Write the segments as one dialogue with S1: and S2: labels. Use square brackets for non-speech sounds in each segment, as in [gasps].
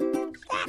S1: That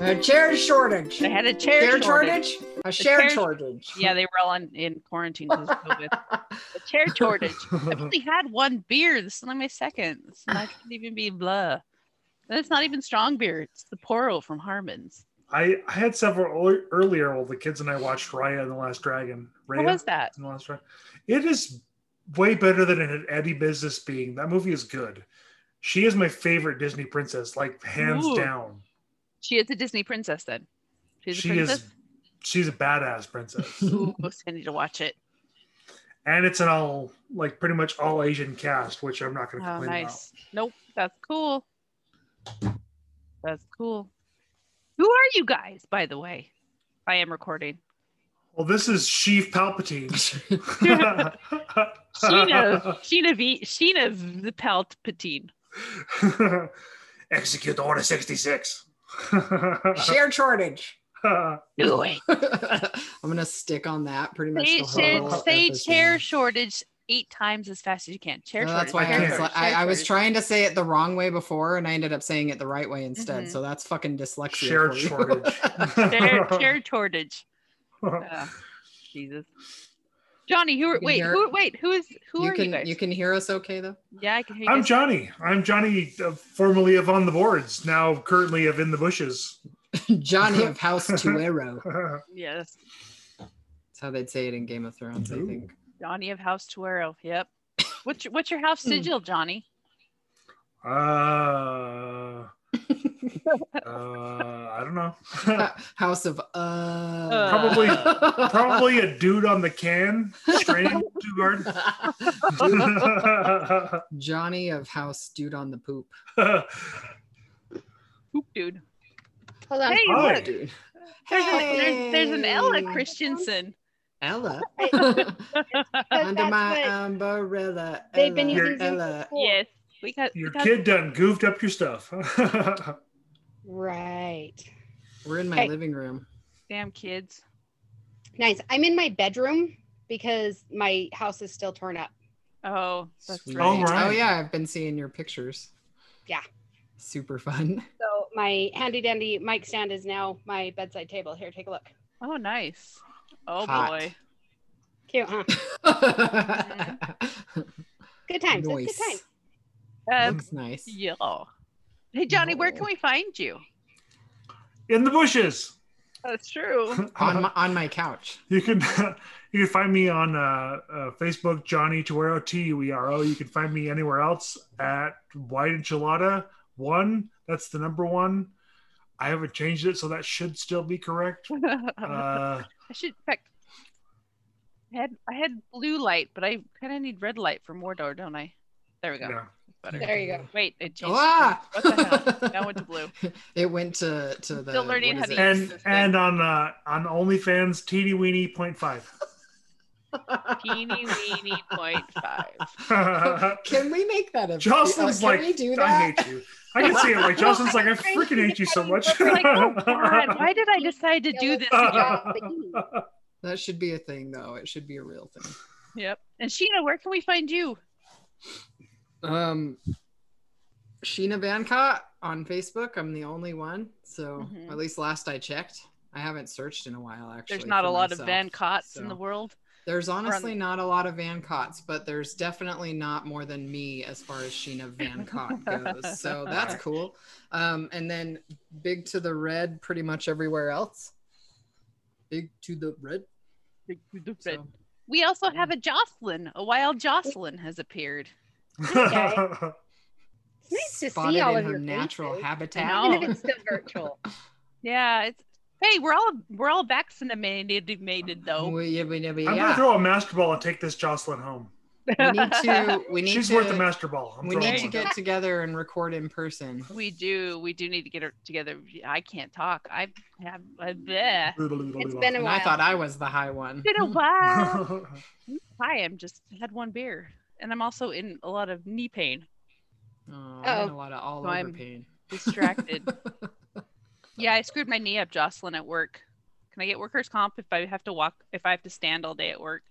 S2: A chair shortage.
S3: They had a chair,
S2: Chair
S3: shortage.
S2: shortage? A share
S3: chair-
S2: shortage.
S3: Yeah, they were all in, in quarantine because of [laughs] COVID. the chair shortage. I've only had one beer. This is only my second. It's not it could even be blah. And it's not even strong beer. It's the Poro from Harmons.
S4: [laughs] I, I had several ear- earlier while the kids and I watched Raya and the Last Dragon. Raya
S3: What was that?
S4: and the Last Dragon. It is way better than it had any business being. That movie is good. She is my favorite Disney princess, like hands
S3: Ooh.
S4: down.
S3: She is a Disney princess then. She's a
S4: she
S3: princess.
S4: is she's a
S3: [laughs]
S4: badass princess.
S3: Ooh, I need to watch it.
S4: and it's an all like pretty much all Asian cast, which I'm not gonna
S3: Oh,
S4: complain
S3: nice. Nope, that's cool. That's cool. Who are you guys, by the way? I am
S4: [laughs]
S3: recording.
S4: about. Well, this is
S3: [laughs]
S4: Sheev Palpatine.
S3: Sheena, Sheena V, Sheena v- Palpatine.
S4: [laughs] Execute Order [laughs] 66.
S2: Share shortage.
S3: Do it.
S2: [laughs] I'm gonna stick on that pretty much.
S3: Say,
S2: the
S3: say,
S2: whole
S3: say
S2: episode.
S3: chair shortage eight times as fast as you can. Chair
S2: No,
S3: shortage.
S2: that's why
S3: chair
S2: I was,
S3: shortage,
S2: like, I,
S3: chair
S2: I was
S3: shortage.
S2: trying to say it the wrong way before, and I ended up saying it the right way instead.
S3: Mhm.
S2: So that's fucking dyslexia.
S4: Share
S2: for you. [laughs]
S4: shortage.
S3: Chair, [laughs] chair shortage. Ah, Jesus. Johnny, who are,
S2: You can
S3: wait,
S2: hear-
S3: who, wait, who is, who
S2: you
S3: are
S2: can
S3: you guys?
S2: you can hear us okay though. [laughs]
S3: yeah, I can hear you
S4: I'm
S3: guys.
S4: Johnny. I'm Johnny, uh, formerly of On the Boards, now currently of In the Bushes. [laughs] Uh,
S2: Johnny of House Tuero.
S3: Yes.
S2: That's how they'd say it in Game of Thrones. I
S4: Ooh.
S2: think
S3: Johnny of House Tuero. Yep. What's your, what's your house sigil, Johnny?
S4: uh, uh, I don't know. [laughs]
S2: House of uh.
S4: Probably- Probably a dude on the can straining too hard. [laughs]
S2: [laughs] Johnny of House Dude on the Poop.
S3: Poop dude.
S5: Hold on.
S3: Hey,
S4: Hi.
S3: look, there's, a- there's, there's an Ella Christensen.
S2: [laughs] Ella.
S5: Because
S2: Under
S5: that's
S2: my
S5: what
S2: umbrella.
S5: they've been
S2: Ella,
S4: Your-
S5: using Zoom
S2: Ella.
S5: for.
S3: Yes. We got,
S4: Your
S3: we got
S4: kid done goofed up your stuff. [laughs]
S5: Right.
S2: We're in my
S5: Hey.
S2: living room.
S3: damn kids.
S5: Nice. I'm in my bedroom because my house is still torn up.
S3: Oh, that's
S2: Sweet.
S3: right.
S4: All right.
S2: Oh yeah, I've been seeing your pictures.
S5: Yeah.
S2: Super fun.
S5: So my handy dandy mic stand is now my bedside table. Here, take a look.
S3: Oh, nice. Oh
S2: Hot.
S3: boy.
S5: Cute, huh? Good times. That's
S2: Nice.
S5: good
S2: [laughs]
S5: times.
S3: Um,
S2: Looks nice.
S3: yeah. Hey Johnny, where can
S2: No.
S3: we find you?
S4: In the bushes.
S3: That's true.
S2: On
S4: [laughs]
S2: my on my couch.
S4: You can [laughs] you can find me on uh, uh, Facebook, Johnny Tuero T U E R O. You can find me anywhere else at White Enchilada One. That's the number one. I haven't changed it, so that should still
S2: [laughs]
S4: be correct. Uh,
S3: I should in fact I had I had blue light, but I kinda need red light for Mordor, don't I? There we go.
S4: yeah.
S3: Better.
S5: There you go.
S3: Wait, it changed.
S2: Ah!
S3: What the hell? Now went to blue.
S2: [laughs] It went to to the.
S3: Still learning
S2: what is
S3: how to
S2: it?
S4: And and on uh, on OnlyFans, TD Weenie point five. [laughs]
S2: [laughs]
S3: Teeny weeny point [laughs] five.
S4: [laughs]
S2: Can we make that a?
S4: Jocelyn's
S2: uh,
S4: like,
S2: can we do
S4: I
S2: that?
S4: hate you. I can see it. Like Jocelyn's like, I
S5: I
S4: freaking hate you so much.
S5: We're
S3: like, oh
S4: [laughs]
S3: God, why did I decide to do this again?
S2: That should be a thing, though. It should be a real thing.
S3: [laughs] Yep. And Sheena, where can we find you?
S2: Um, Sheena Bancott on Facebook. I'm the only one, so
S3: Mhm.
S2: or at least last I checked. I haven't searched in a while. Actually,
S3: There's not
S2: for
S3: a lot
S2: myself,
S3: of Van Cots in
S2: so-
S3: the world.
S2: There's honestly not a lot of Van Cots, but there's definitely not more than me as far as Sheena Van
S3: [laughs]
S2: Cott goes. So that's cool. Um, and then big to the red pretty much everywhere else. Big to the red. So,
S3: We also have a Jocelyn. A wild Jocelyn has appered.
S5: Okay. It's nice to
S2: spotted
S5: see all
S2: in
S5: of
S2: her
S5: your
S2: natural
S5: faces.
S2: habitat.
S5: Even if it's still virtual.
S3: Yeah, it's hey, we're all we're all vaccinated, though.
S2: Yeah, yeah, yeah,
S4: I'm
S2: yeah.
S4: gonna throw a master ball and take this Jocelyn home.
S3: [laughs]
S2: We need to. We need
S4: She's
S2: to.
S4: worth the master ball. I'm
S2: we
S4: throwing
S2: need to
S4: one.
S2: get together and record in person.
S3: We do. We do need to get her together. I can't talk. I have. I, bleh.
S5: It's been a
S2: And
S5: while.
S2: I thought I was the high one. [laughs]
S3: Been a while.
S4: [laughs]
S3: Hi, I'm just had one beer, and I'm also in a lot of knee pain.
S5: [laughs]
S2: Oh, I'm
S5: Uh-oh.
S2: in a lot of all
S3: So
S2: over
S3: I'm-
S2: pain. [laughs]
S3: Distracted. yeah, I screwed my knee up, Jocelyn, at work. Can I get workers' comp if I have to walk? If I have to stand all day at work?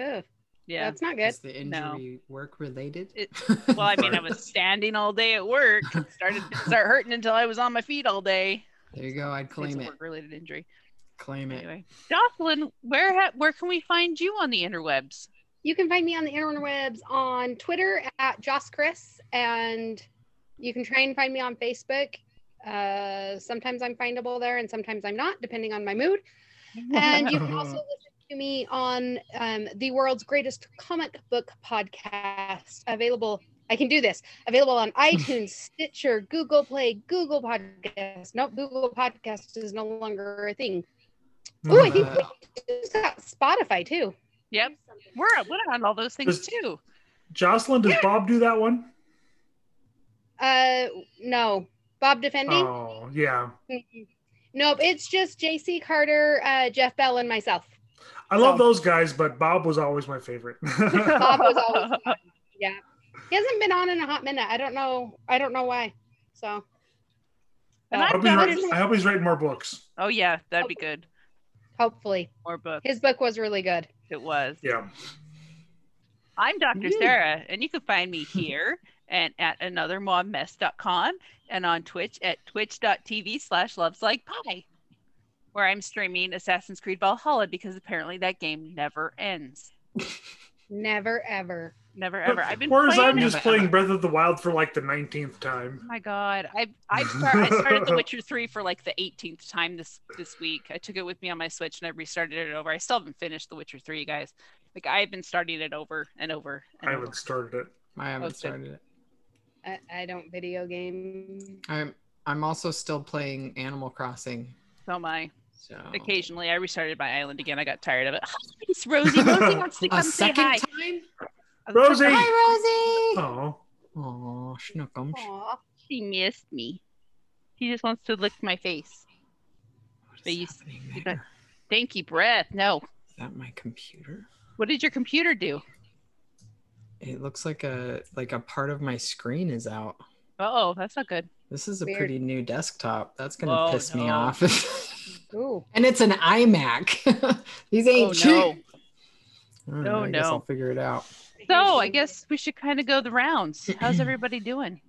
S5: Ugh,
S3: Yeah.
S5: That's not good.
S2: Is the injury work related? [laughs]
S3: It- Well, I mean, I was standing all day at work. It started didn't start hurting until I was on my feet all day.
S2: there you go. I'd
S3: it's
S2: claim
S3: a
S2: it.
S3: work-related injury.
S2: Claim it.
S3: Anyway, Jocelyn, where ha- where can we find you on the interwebs?
S5: You can find me on the interwebs on Twitter at Joss Chris, and you can try and find me on Facebook. Uh, sometimes I'm findable there, and sometimes I'm not, depending on my mood. And you can also listen to me on um, the world's greatest comic book podcast, available. I can do this. Available on iTunes, Stitcher, Google Play, Google Podcast. Nope, Google Podcast is no longer a thing. Oh, I think
S2: Uh,
S5: we just got Spotify too.
S3: [laughs] Yep, we're we're on all those things
S4: Does-
S3: too.
S4: Jocelyn, does Bob do that one?
S5: Uh, no, Bob defending.
S4: Oh, yeah.
S5: Nope, it's just J.C. Carter, uh, Jeff Bell, and myself.
S4: I love
S5: Oh.
S4: those guys, but Bob was always
S5: [laughs]
S4: my favorite.
S5: [laughs]
S4: [laughs]
S5: Bob was always on. Yeah, he hasn't been on in a hot minute. I don't know. I don't know why. So
S3: [laughs] And
S5: Uh,
S4: I hope,
S3: I've
S4: he's
S3: done
S4: writ- I hope he's writing more books.
S3: Oh yeah, that'd be good.
S5: hopefully,
S3: More books.
S5: his book was really good.
S3: It was.
S4: Yeah.
S3: I'm Dr.
S2: Woo.
S3: Sarah, and you can find me here and at anothermodmess.com and on Twitch at twitch.tv slash loves like pie, where I'm streaming Assassin's Creed Valhalla because apparently that game never ends.
S5: Never ever.
S3: Never ever. I've been
S4: Whereas
S3: playing
S4: I'm
S3: it.
S4: just playing Breath of the Wild for like the 19th
S3: Oh
S4: time.
S3: my god. I
S2: [laughs]
S3: I start I started The Witcher 3 for like the 18th time this this week. I took it with me on my Switch and I restarted it over. I still haven't finished The Witcher 3, guys. Like I've been starting it over and over and
S4: I
S3: over.
S4: haven't started it.
S2: I haven't
S3: Posted.
S2: started it.
S5: I, I don't video game.
S2: I'm I'm also still playing Animal Crossing.
S3: So my
S2: So
S3: Occasionally, I restarted my island again. I got tired
S2: [laughs]
S3: of it. [laughs] Hi, it's Rosie. Rosie wants to
S2: A
S3: come say
S2: second
S3: hi.
S2: time?
S4: Rosie!
S6: Hi, Rosie.
S4: Oh,
S2: Oh, schnookums.
S5: Aw,
S3: She missed me. She just wants to lick my face.
S2: What
S3: But you-
S2: is happening
S3: you
S2: there?
S3: Thank breath. No.
S2: Is that my computer?
S3: What did your computer do?
S2: It looks like a like a part of my screen is out.
S3: Oh, that's not good.
S2: This is a
S5: Weird.
S2: pretty new desktop. That's gonna
S3: Oh,
S2: piss me
S3: no.
S2: off. [laughs]
S5: Ooh.
S2: and it's an iMac. [laughs] These ain't
S3: Oh
S2: cheap.
S3: no.
S2: I don't
S3: No,
S2: know. I guess
S3: no.
S2: I'll figure it out.
S3: So I guess we should kind of go the rounds. How's everybody doing?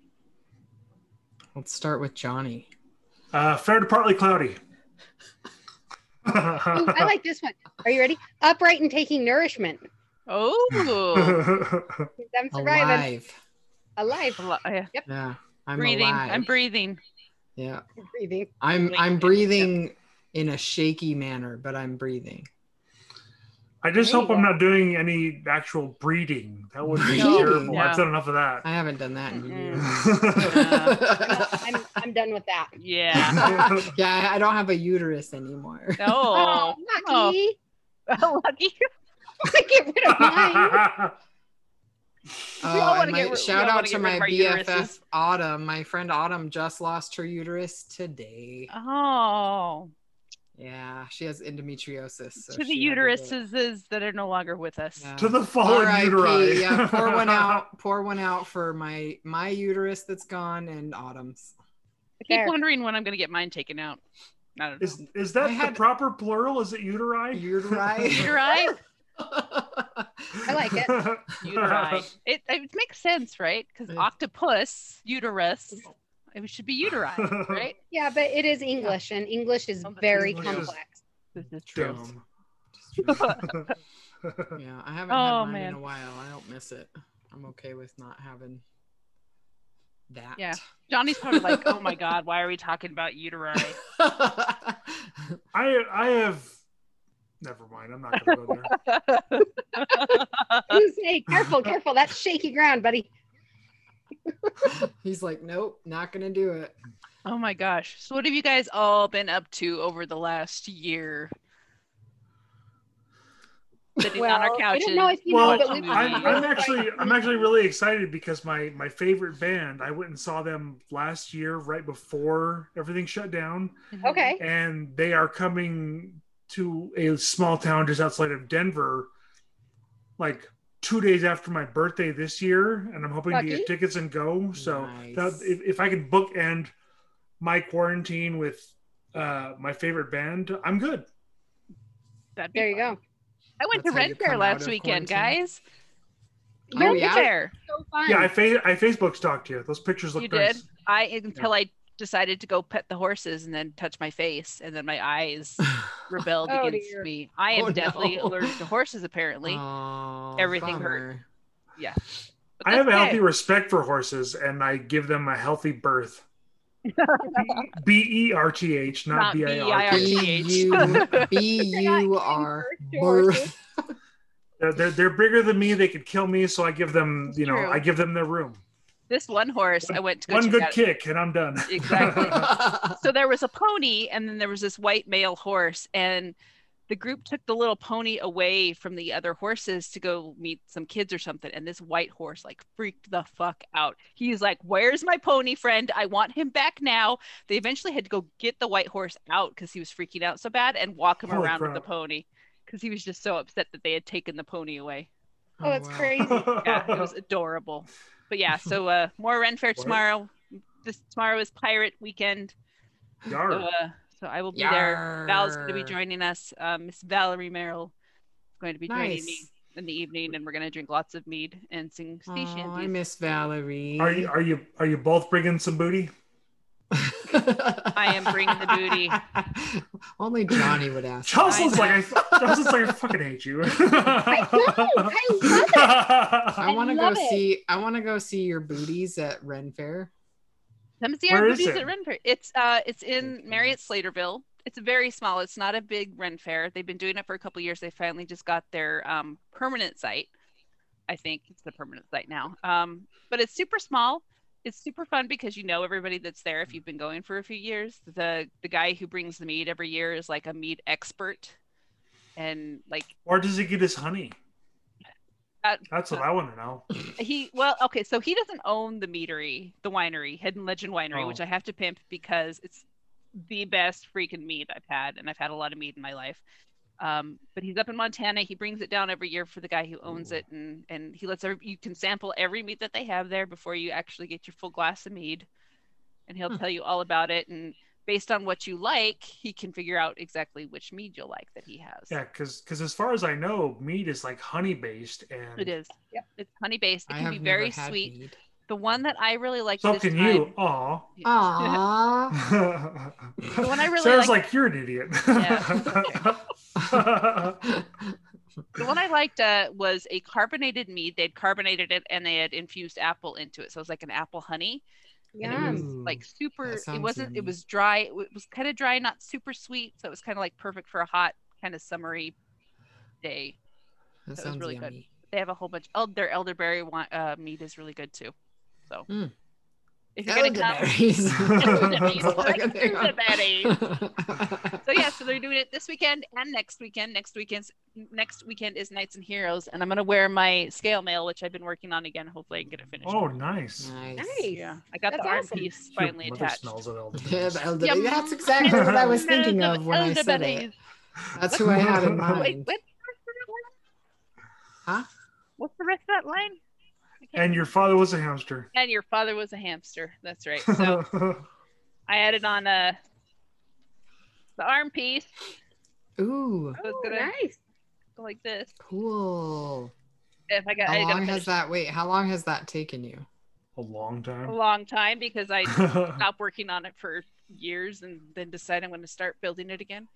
S2: [laughs] Let's start with Johnny.
S4: uh, fair to partly cloudy. [laughs]
S5: Ooh, I like this one. Are you ready? Upright and taking nourishment.
S3: Oh,
S5: I'm surviving.
S2: Alive.
S5: Alive.
S3: [laughs] Al- yeah.
S2: Yeah. I'm
S3: breathing.
S2: alive.
S3: I'm breathing.
S2: yeah.
S5: Breathing.
S2: I'm
S3: Wait,
S2: I'm
S3: wait,
S2: breathing in a shaky manner, but I'm breathing.
S4: I just
S5: There
S4: hope
S5: you
S4: I'm
S5: go.
S4: not doing any actual breeding. That would be
S2: No.
S4: terrible.
S3: No.
S4: I've done enough of that.
S2: I haven't done that in years.
S3: [laughs]
S5: Mm.
S3: Yeah.
S5: I'm, I'm done with that.
S3: Yeah.
S2: [laughs]
S3: [laughs]
S2: yeah, I don't have a uterus anymore.
S3: Oh,
S5: oh [laughs] lucky.
S3: lucky.
S5: Get rid
S3: [laughs]
S5: of mine.
S2: Oh,
S3: all wanna
S2: and my-
S3: get rid- we
S2: shout
S3: all
S2: out
S3: wanna
S2: to
S3: get rid
S2: my
S3: of our
S2: BFF
S3: uteruses.
S2: Autumn. My friend Autumn just lost her uterus today.
S3: Uh. Oh,
S2: Yeah, she has endometriosis. so
S3: to the
S2: she had to do it.
S3: uteruses that are no longer with us.
S2: Yeah.
S4: [laughs] to the fallen
S2: RIP,
S4: uteri.
S2: Yeah, pour
S4: [laughs]
S2: one out. Pour one out for my my uterus that's gone and Autumn's.
S3: I keep
S5: Fair.
S3: wondering when I'm going to get mine taken out. I don't know.
S4: Is is that
S2: I had-
S4: the proper plural? Is it uteri?
S2: [laughs] Uteri.
S3: Uteri?
S5: [laughs] I like it.
S3: Uteri. It, it makes sense, right? Because
S2: Yeah.
S3: octopus, uterus, it should
S2: [laughs]
S3: be uteri, right?
S5: Yeah, but it is English, and English is
S3: Oh, that's
S5: very
S4: English is-
S5: complex.
S3: This is true.
S4: [laughs] Dumb. [laughs]
S2: yeah, I haven't
S3: Oh,
S2: had mine
S3: man.
S2: in a while. I don't miss it. I'm okay with not having that.
S3: Yeah. Johnny's probably like, oh my God, why are we talking about
S2: [laughs]
S3: uteri?
S4: I I have. Never mind. I'm not going to go there.
S3: [laughs]
S5: Who's hey, careful, careful. That's shaky ground, buddy.
S2: [laughs] He's like, nope, not gonna do it.
S3: oh my gosh. So, what have you guys all been up to over the last year? sitting on
S5: Well,
S3: our couches.
S5: I don't know if you
S4: Well,
S5: know, but we've
S4: I'm,
S3: Movie.
S4: I'm actually I'm actually really excited because my my favorite band I went and saw them last year right before everything shut down
S3: Mm-hmm.
S5: okay.
S4: and they are coming to a small town just outside of Denver like 2 days after my birthday this year and I'm hoping to
S5: Lucky.
S4: get tickets and go so that,
S2: Nice.
S4: if, if I can bookend my quarantine with uh my favorite band I'm good
S3: That'd be
S5: There you
S3: fun.
S5: go.
S3: I
S2: That's
S3: went to
S2: how you
S3: Red Fair
S2: come out
S3: last
S2: of
S3: weekend,
S2: quarantine.
S3: guys.
S2: Oh,
S3: Red
S2: yeah?
S3: Fair.
S5: So fun.
S4: yeah I fa- I Facebook stalked you those pictures look
S3: You
S4: nice.
S3: did. I until I decided to go pet the horses and then touch my face, and then my
S2: [laughs]
S3: eyes rebelled
S5: Oh,
S3: against
S5: dear.
S3: me. I am
S2: Oh,
S3: definitely
S2: no.
S3: allergic to
S2: [laughs]
S3: horses, apparently.
S2: Aw,
S3: Everything hurt.
S2: bummer.
S3: But
S4: I have a
S3: that's
S4: healthy
S3: okay.
S4: respect for horses, and I give them a healthy birth. B e r t h, not
S3: Not
S4: b i r
S3: B-I-R-T.
S4: t.
S3: [laughs]
S2: B-U-
S3: RTH.
S2: B-U-R.
S5: You're not giving
S2: Birth.
S3: [laughs]
S4: They're, they're they're bigger than me. They could kill me, so I give them you know
S3: True.
S4: I give them their room.
S3: This one horse, I went to go
S4: One
S3: check
S4: good
S3: out-
S4: kick, and I'm done. [laughs]
S3: Exactly. so there was a pony and then there was this white male horse and the group took the little pony away from the other horses to go meet some kids or something and this white horse like freaked the fuck out he's like where's my pony friend i want him back now they eventually had to go get the white horse out because he was freaking out so bad and walk him
S4: Holy
S3: around with
S4: crap.
S3: the pony because he was just so upset that they had taken the pony away
S4: [laughs]
S5: [laughs] Oh, that's
S2: wow.
S5: crazy.
S3: yeah, it was adorable. But yeah, so uh, more Ren Fair
S4: What?
S3: tomorrow. This tomorrow is Pirate Weekend.
S4: Yarr.
S3: So, uh, so I will be there. Val's going to be
S2: Yarr.
S3: joining us. Um, Miss Valerie Merrill is going to be joining me
S2: Nice.
S3: in the evening, and we're going to drink lots of mead and sing
S2: Aw,
S3: sea
S2: I
S3: shanties.
S2: miss Valerie. [laughs]
S4: Are you are you are you both bringing some booty?
S3: I am bringing the
S2: booty. [laughs] Only Johnny would ask.
S4: Chelsea's
S3: I [laughs]
S4: like I Chelsea's like I fucking hate you. [laughs]
S2: I
S5: I
S2: want to go
S5: love it.
S2: see. I want to go see your booties at Ren Fair.
S3: Come see our
S4: Where is
S3: movies
S4: it?
S3: at Ren Fair. It's uh, it's in
S2: Okay.
S3: Marriott Slaterville. It's very small. It's not a big Ren Fair. They've been doing it for a couple years. They finally just got their um, permanent site. I think it's the permanent site now. Um, but it's super small. It's super fun because you know everybody that's there if you've been going for a few years. The the guy who brings the meat every year is like a meat expert, and like
S4: Where does he get his honey?
S3: Uh,
S4: That's what I want to know.
S3: he well okay so he doesn't own the meadery the winery hidden legend winery
S4: Oh.
S3: which i have to pimp because it's the best freaking meat i've had and i've had a lot of meat in my life um, but he's up in montana he brings it down every year for the guy who owns it and and he lets every, you can sample every meat that they have there before you actually get your full glass of mead and he'll
S2: Hmm.
S3: tell you all about it and based on what you like he can figure out exactly which mead you'll like that he has
S4: Yeah, because as far as I know, meat is like honey based, and
S3: it is
S5: Yep.
S3: it's honey based it
S2: I
S3: can
S2: have
S3: be
S2: never
S3: very
S2: had
S3: sweet [laughs]
S2: mead.
S3: the one that i really like
S4: So
S3: this
S4: can
S3: time-
S4: you? Aw.
S2: Oh. Aww.
S3: one
S4: [laughs]
S3: I really
S4: Sarah's like,
S3: like-
S4: you're an idiot.
S3: Yeah.
S4: Uh,
S3: The one I liked uh, was a carbonated mead. They'd carbonated it and they had infused apple into it. So it was like an apple honey. And it was
S5: Yum.
S3: like super, it
S2: sounds
S3: wasn't,
S2: yummy.
S3: it was dry. It w- it was kind of dry, not super sweet. So it was kind of like perfect for a hot, kind of summery day.
S2: that
S3: was
S2: sounds
S3: really good.
S2: yummy.
S3: They have a whole bunch. Oh, their elderberry wine, uh, mead is really good too. So
S2: Mm.
S3: if you're going to come, [laughs]
S2: Elderberries. [laughs]
S3: Elderberries.
S2: That's all I can think of. [laughs]
S3: Elderberries. so yeah, so they're doing it this weekend and next weekend. Next weekend's next weekend is Knights and Heroes, and I'm gonna wear my scale mail, which I've been working on again. Hopefully, I can get it finished.
S4: [laughs] oh, nice.
S2: Nice.
S5: Nice.
S3: yeah, I got
S5: That's
S3: the arm
S5: awesome.
S4: [laughs]
S3: piece
S4: Your
S3: finally
S4: mother
S3: attached.
S2: [laughs]
S4: smells of
S2: Yeah,
S4: elderberries.
S2: the elderberry.
S3: Yum.
S2: That's exactly what I was
S3: Smells
S2: thinking of when I said it.
S3: elderberries. [laughs]
S2: That's who I had
S4: [laughs]
S2: in
S3: Wait,
S2: mind.
S3: what?
S2: Huh?
S3: What's the rest of that line? I can't-
S4: And your father was a hamster.
S3: and your father was a hamster. That's right. So
S4: [laughs]
S3: I added on uh, the arm piece.
S2: Ooh,
S3: I was eh?
S5: Oh,
S3: gonna
S4: [laughs]
S5: nice.
S3: go like this.
S2: cool.
S3: If I got,
S2: How
S3: I gotta
S2: long
S3: finish
S2: has that? Wait, how long has that taken you?
S4: a long
S3: a
S4: time. [laughs]
S3: long time because I stopped working on it for years and then decide I'm going to start building it again.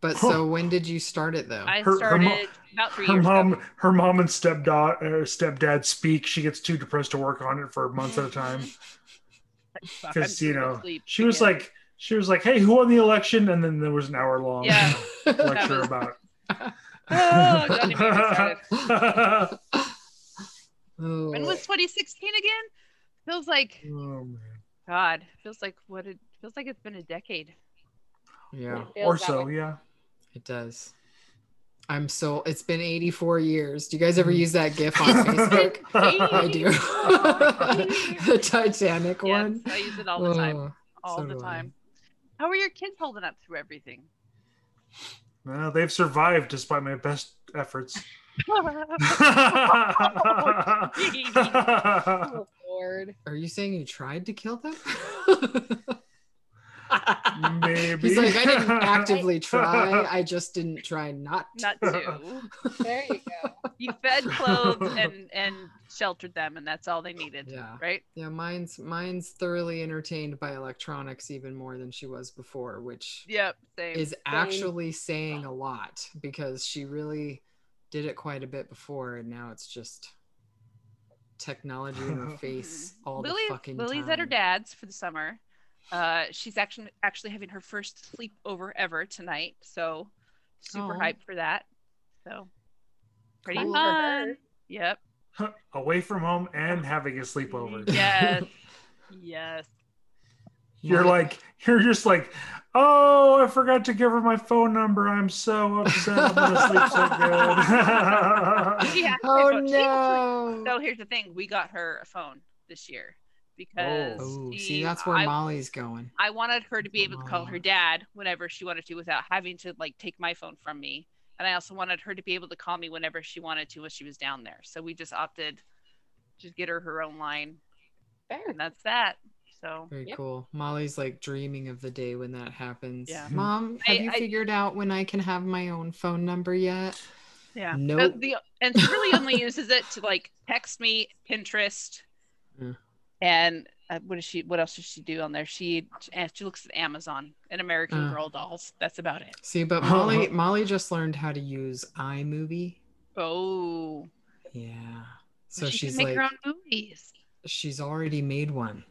S2: But so when did you start it [laughs] though?
S3: I
S4: Her- her
S3: started
S4: mo-
S3: about three
S4: her
S3: years
S4: mom,
S3: ago.
S4: her mom and stepdad, or stepdad speak. She gets too depressed to work on it for months at a time
S3: Fuck, I'm
S4: because you
S3: gonna
S4: know
S3: sleep
S4: she was
S3: again.
S4: like, she was like, "Hey, who won the election?" And then there was an hour long
S3: Yeah.
S4: [laughs] lecture
S3: [laughs] was-
S4: about.
S3: oh, Johnny made me
S4: it.
S3: started.
S4: oh [laughs]
S2: Oh.
S3: When was 2016 again? Feels like,
S4: Oh, man.
S3: God, feels like what it feels like it's been a decade.
S2: yeah,
S5: Feels
S4: or
S5: that
S4: so,
S5: way.
S4: yeah.
S2: it does. I'm so it's been 84 years. Do you guys ever use that GIF on
S3: [laughs]
S2: Facebook? I do. [laughs] the Titanic
S3: Yes,
S2: one.
S3: I use it all the time.
S2: Oh,
S3: All
S2: so
S3: the
S2: do I.
S3: time. How are your kids holding up through
S2: [laughs]
S3: everything?
S4: Well, they've survived despite my best efforts.
S3: [laughs]
S4: [laughs]
S2: [laughs]
S5: Oh, Lord.
S2: Are you saying you tried to kill them?
S4: Maybe.
S2: He's like, I didn't actively try. I just didn't try not to.
S3: Not to.
S5: There you go.
S3: You fed, clothed, and and sheltered them, and that's all they needed.
S2: Yeah.
S3: Right?
S2: Yeah, mine's mine's thoroughly entertained by electronics even more than she was before, which
S3: Yep. Same.
S2: is actually saying a lot because she really did it quite a bit before, and now it's just technology in
S3: [laughs]
S2: her face all
S3: Mm-hmm. Lily,
S2: the fucking
S3: Lily's
S2: time.
S3: at her dad's for the summer. Uh, she's actually actually having her first sleepover ever tonight, so super
S2: Aw.
S3: hyped for that. So pretty
S5: Cool for
S3: fun.
S5: her.
S3: Yep.
S4: [laughs] Away from home and having a sleepover.
S2: [laughs]
S3: Yes. yes.
S4: You're like, you're just like, oh, I forgot to give her my phone number. I'm so upset. I'm gonna sleep so
S3: [laughs]
S4: good. [laughs]
S3: She has my
S2: Oh
S3: phone. She actually-
S2: no!
S3: So here's the thing: we got her a phone this year because
S2: Oh,
S3: she-
S2: see, that's where
S3: I,
S2: Molly's going.
S3: I wanted her to be
S2: That's
S3: able to
S2: where
S3: call
S2: Molly
S3: her
S2: is.
S3: dad whenever she wanted to without having to like take my phone from me. And I also wanted her to be able to call me whenever she wanted to when she was down there. So we just opted to just get her her own line,
S5: Fair.
S3: and
S4: [laughs]
S3: that's that. So
S2: Very
S5: Yep.
S2: cool. Molly's like dreaming of the day when that happens.
S3: Yeah.
S4: Hmm.
S2: Mom, have
S3: I-
S2: you
S3: I-
S2: figured out when I can have my own phone number yet?
S3: yeah,
S2: Nope.
S3: Uh, the, and she really only
S2: [laughs]
S3: uses it to like text me, Pinterest,
S2: Yeah.
S3: and uh, what does she? What else does she do on there? She and she looks at Amazon and American
S2: Uh.
S3: Girl dolls. That's about it.
S2: See, but Molly, Molly just learned how to use iMovie.
S3: Oh,
S2: Yeah. So
S3: she
S2: she's
S3: can make
S2: like,
S3: her own movies.
S2: she's already made one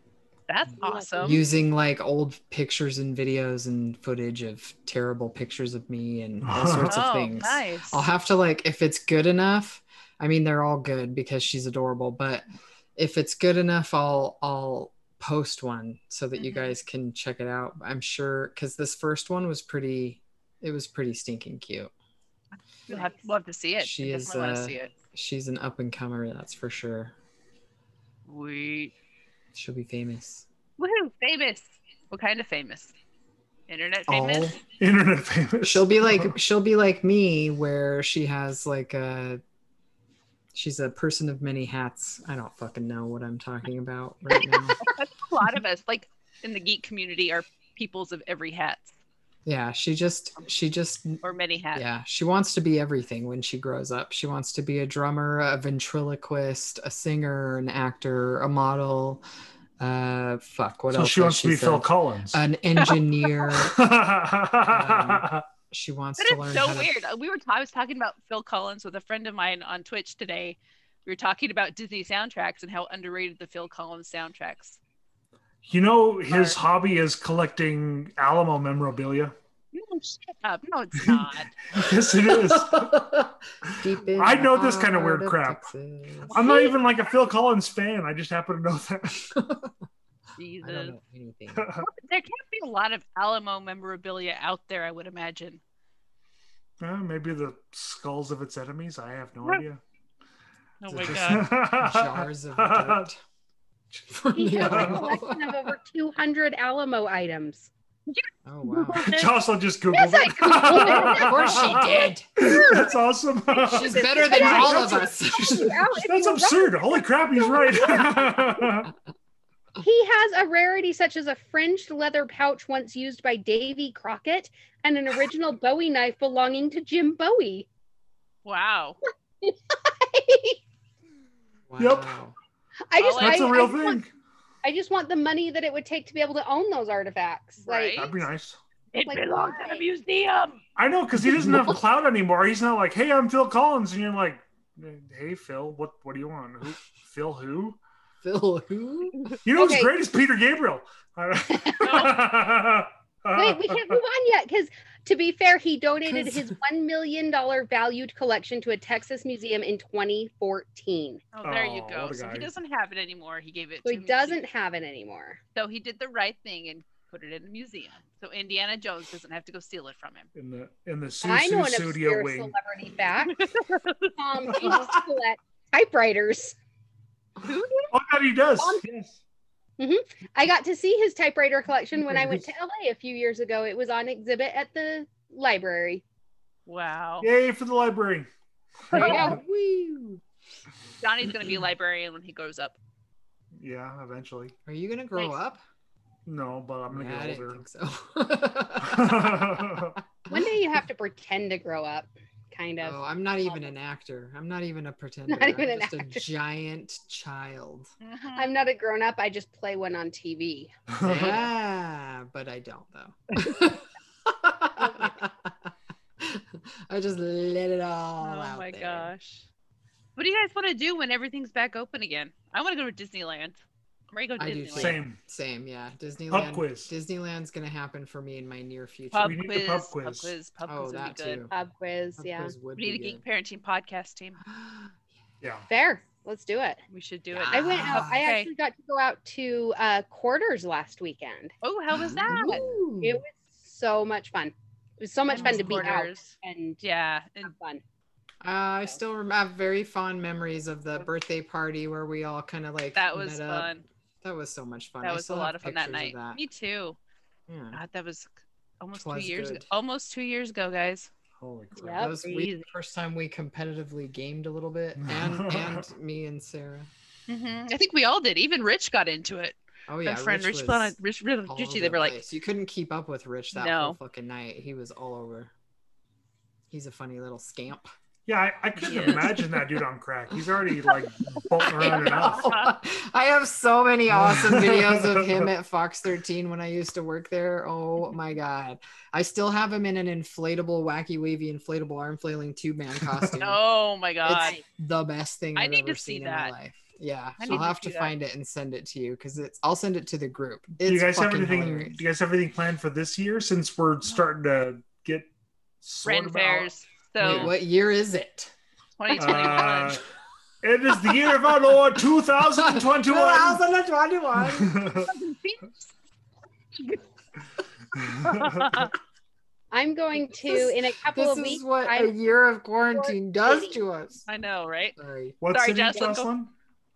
S3: That's
S5: Lucky.
S3: awesome.
S2: using like old pictures and videos and footage of terrible pictures of me and all sorts of things.
S3: Oh, nice.
S2: I'll have to like if it's good enough. I mean, they're all good because she's adorable, but if it's good enough, I'll I'll post one so that you
S3: Mhm.
S2: guys can check it out. I'm sure because this first one was pretty. It was pretty stinking cute.
S3: We'll have, we'll have to see it.
S2: She
S3: I
S2: is,
S3: definitely want
S2: uh,
S3: to see it.
S2: She's an up and comer, that's for sure.
S3: We
S2: She'll be famous.
S3: woohoo famous. What kind of famous? Internet famous.
S2: All-
S4: Internet famous.
S2: she'll be like she'll be like me, where she has like a. She's a person of many hats. I don't fucking know what I'm talking about right now.
S3: [laughs] A lot of us, like in the geek community, are peoples of every hat
S2: yeah, she just she just
S3: or many hats.
S2: Yeah, she wants to be everything when she grows up. She wants to be a drummer, a ventriloquist, a singer, an actor, a model. Uh, fuck, what
S4: so
S2: else?
S4: she
S2: has
S4: wants to be
S2: said?
S4: Phil Collins.
S2: An
S4: [laughs]
S2: engineer. Uh,
S4: um,
S2: she wants
S3: That
S2: to learn.
S3: is so
S2: how to-
S3: weird. Uh, We were I was talking about Phil Collins with a friend of mine on Twitch today. We were talking about Disney soundtracks and how underrated the Phil Collins soundtracks.
S4: [laughs] You know, his hobby is collecting Alamo memorabilia. [laughs]
S3: No, shut up. No, it's [laughs] not.
S4: yes, it is.
S2: [laughs] Deep in
S4: I
S2: the
S4: know this kinda
S2: heart
S4: weird crap.
S2: Texas.
S4: I'm not even like a Phil Collins fan. I just happen to know that. [laughs]
S2: I don't
S3: Jesus.
S2: know anything.
S3: There can't be a lot of Alamo memorabilia out there, I would imagine.
S4: Uh, maybe the skulls of its enemies. I have no
S3: Right.
S4: idea.
S3: Oh
S2: Is it
S3: my
S2: just-
S3: god.
S2: Jars
S4: [laughs]
S2: of dirt. [laughs] Oh, from [laughs]
S5: He
S2: the
S5: has a
S2: Alamo.
S5: collection of over 200 Alamo items.
S2: Oh [laughs] wow!
S4: [laughs] Jocelyn just Googled
S5: Yes, I
S4: it. [laughs]
S5: Googled
S2: Of course [laughs] she did.
S4: That's awesome. [laughs]
S2: She's better than all of [laughs] us.
S4: That's absurd. Holy crap,
S5: [laughs]
S4: he's right.
S5: He has a rarity such as a fringed leather pouch once used by Davy Crockett and an original Bowie knife belonging to Jim Bowie.
S3: Wow.
S4: Yep.
S2: Wow.
S5: I just,
S3: That's
S4: [laughs] Oh, That's
S5: I,
S4: a real
S5: I just want-
S4: thing.
S5: I just want the money that it would take to be able to own those artifacts.
S3: Right.
S4: That'd be nice.
S3: It
S5: Like,
S3: belongs in a
S5: why?
S3: museum.
S4: I know because he doesn't have clout anymore. He's not like, hey, I'm Phil Collins, and you're like, hey, Phil, what what do you want? Who, Phil who?
S2: Phil, who?
S4: You know
S5: Okay.
S4: who's great is Peter Gabriel.
S5: Like, wait, we
S4: [laughs]
S5: can't move on yet because, to be fair, he donated
S2: 'Cause-
S5: his $1 million valued collection to a Texas museum in 2014.
S3: Oh, there you
S4: Oh,
S3: go.
S4: what a
S3: So he
S4: guy.
S3: doesn't have it anymore. He gave it
S5: So
S3: to
S5: he
S3: a museum.
S5: doesn't have it anymore.
S3: So he did the right thing and put it in a museum. So Indiana Jones doesn't have to go steal it from him.
S4: in the in the
S5: I know
S4: Susu
S5: an
S4: studio
S5: obscure
S4: wing.
S5: celebrity fact. um, he used to let typewriters.
S4: Oh God, he does.
S5: Um,
S4: Yes.
S5: I got to see his typewriter collection when I went to
S4: Typewriters.
S5: LA a few years ago. It was on exhibit at the library.
S3: Wow.
S4: Yay for the library.
S5: There you go.
S2: Woo.
S3: Johnny's gonna be a librarian when he grows up.
S4: Yeah, eventually.
S2: Are you gonna grow
S5: Nice.
S2: up?
S4: No, but I'm gonna
S2: Yeah, I
S4: get
S2: didn't
S4: older.
S2: think [laughs] so.
S4: [laughs]
S5: One day you have to pretend to grow up, kind of.
S2: Oh, I'm not even an actor. I'm not even a pretender.
S5: Not even
S2: I'm
S5: an
S2: just
S5: actor.
S2: a giant child.
S3: Mm-hmm.
S5: I'm not a grown up. I just play one on TV.
S2: yeah, but I don't though.
S3: [laughs]
S2: [laughs] I just let it all out.
S3: oh my
S2: there.
S3: gosh. What do you guys want to do when everything's back open again? I want to go to Disneyland. I'm ready to go to
S2: I do
S3: Disneyland.
S2: too.
S4: [laughs] Same.
S2: Same, yeah.
S4: Pub
S2: Disneyland.
S4: quiz.
S2: Disneyland's gonna happen for me in my near future.
S3: Pub
S4: We need
S3: quiz,
S4: the pub
S3: pub quiz. Pub
S4: quiz.
S3: quiz. Pub
S2: oh,
S3: quiz would
S2: that
S3: be good.
S2: too.
S5: Pub quiz,
S2: Pub
S5: yeah.
S2: quiz would
S3: We need a
S2: be
S3: geek
S2: good.
S3: parenting podcast team.
S4: Yeah.
S5: Fair. Let's do it.
S3: We should do it.
S2: Yeah.
S5: I went out. I
S3: Okay.
S5: actually got to go out to uh, quarters last weekend.
S3: Oh, [gasps] how was that?
S2: Ooh.
S5: It was so much fun. It was so much fun to be out
S3: Quarters.
S5: and
S3: Yeah,
S5: have
S3: and
S5: fun.
S2: Uh, I still rem- have very fond memories of the birthday party where we all kind of like
S3: that was
S2: met up.
S3: fun.
S2: That was so much fun. I
S3: That was a
S2: still have
S3: lot of fun that
S2: pictures
S3: night.
S2: of
S3: Me too.
S2: that. Yeah.
S3: God, that was almost two
S2: Twas
S3: years.
S2: good.
S3: Ago. Almost two years ago, guys.
S4: Holy crap.
S5: Yep.
S2: that was we, the first time we competitively gamed a little
S4: [laughs]
S2: bit, and and me and Sarah.
S3: hmm I think we all did. Even Rich got into it.
S2: Mm-hmm. Oh
S3: My
S2: yeah,
S3: friend Rich,
S2: was
S3: Planet, Rich, Rich,
S2: all
S3: Rich,
S2: over
S3: they
S2: the
S3: were like,
S2: place. you couldn't keep up with Rich that
S3: No.
S2: whole fucking night. He was all over. He's a funny little
S4: [laughs]
S2: scamp.
S4: Yeah, I, I couldn't
S3: Yes.
S4: imagine that dude on crack. He's
S2: [laughs]
S4: already like bolting around enough.
S2: I have so many
S4: [laughs]
S2: awesome videos of him at Fox 13 when I used to work there. Oh my god, I still have him in an inflatable, wacky, wavy, inflatable arm flailing tube
S3: [laughs]
S2: man costume.
S3: "Oh my god,
S2: It's the best thing
S3: I
S2: I've
S3: need to
S2: ever
S3: see
S2: seen
S3: that.
S2: in my life. Yeah,
S3: I
S2: I'll
S3: need to
S2: have
S3: see
S2: to
S3: that.
S2: find it and send it to you because it's. I'll send it to the group. It's
S4: do you guys have
S2: fucking
S4: anything?
S2: hilarious.
S4: Do you guys have anything planned for this year? Since we're starting to get sort
S3: Ren
S4: of
S2: Wait,
S3: Fairs." So
S2: what year is it?
S4: out.
S3: 2021.
S4: Uh, it is the year of our Lord
S3: Um,
S2: [laughs]
S4: 2021.
S2: 2021.
S5: I'm going to
S2: This-
S5: in a couple
S2: this
S5: of
S2: is
S5: weeks.
S2: what a
S5: I'm
S2: year of quarantine does to us.
S3: [laughs] I know, right?
S2: Sorry.
S4: What's
S3: Sorry,
S4: Sorry, city,
S3: Jocelyn, go-
S4: Jocelyn?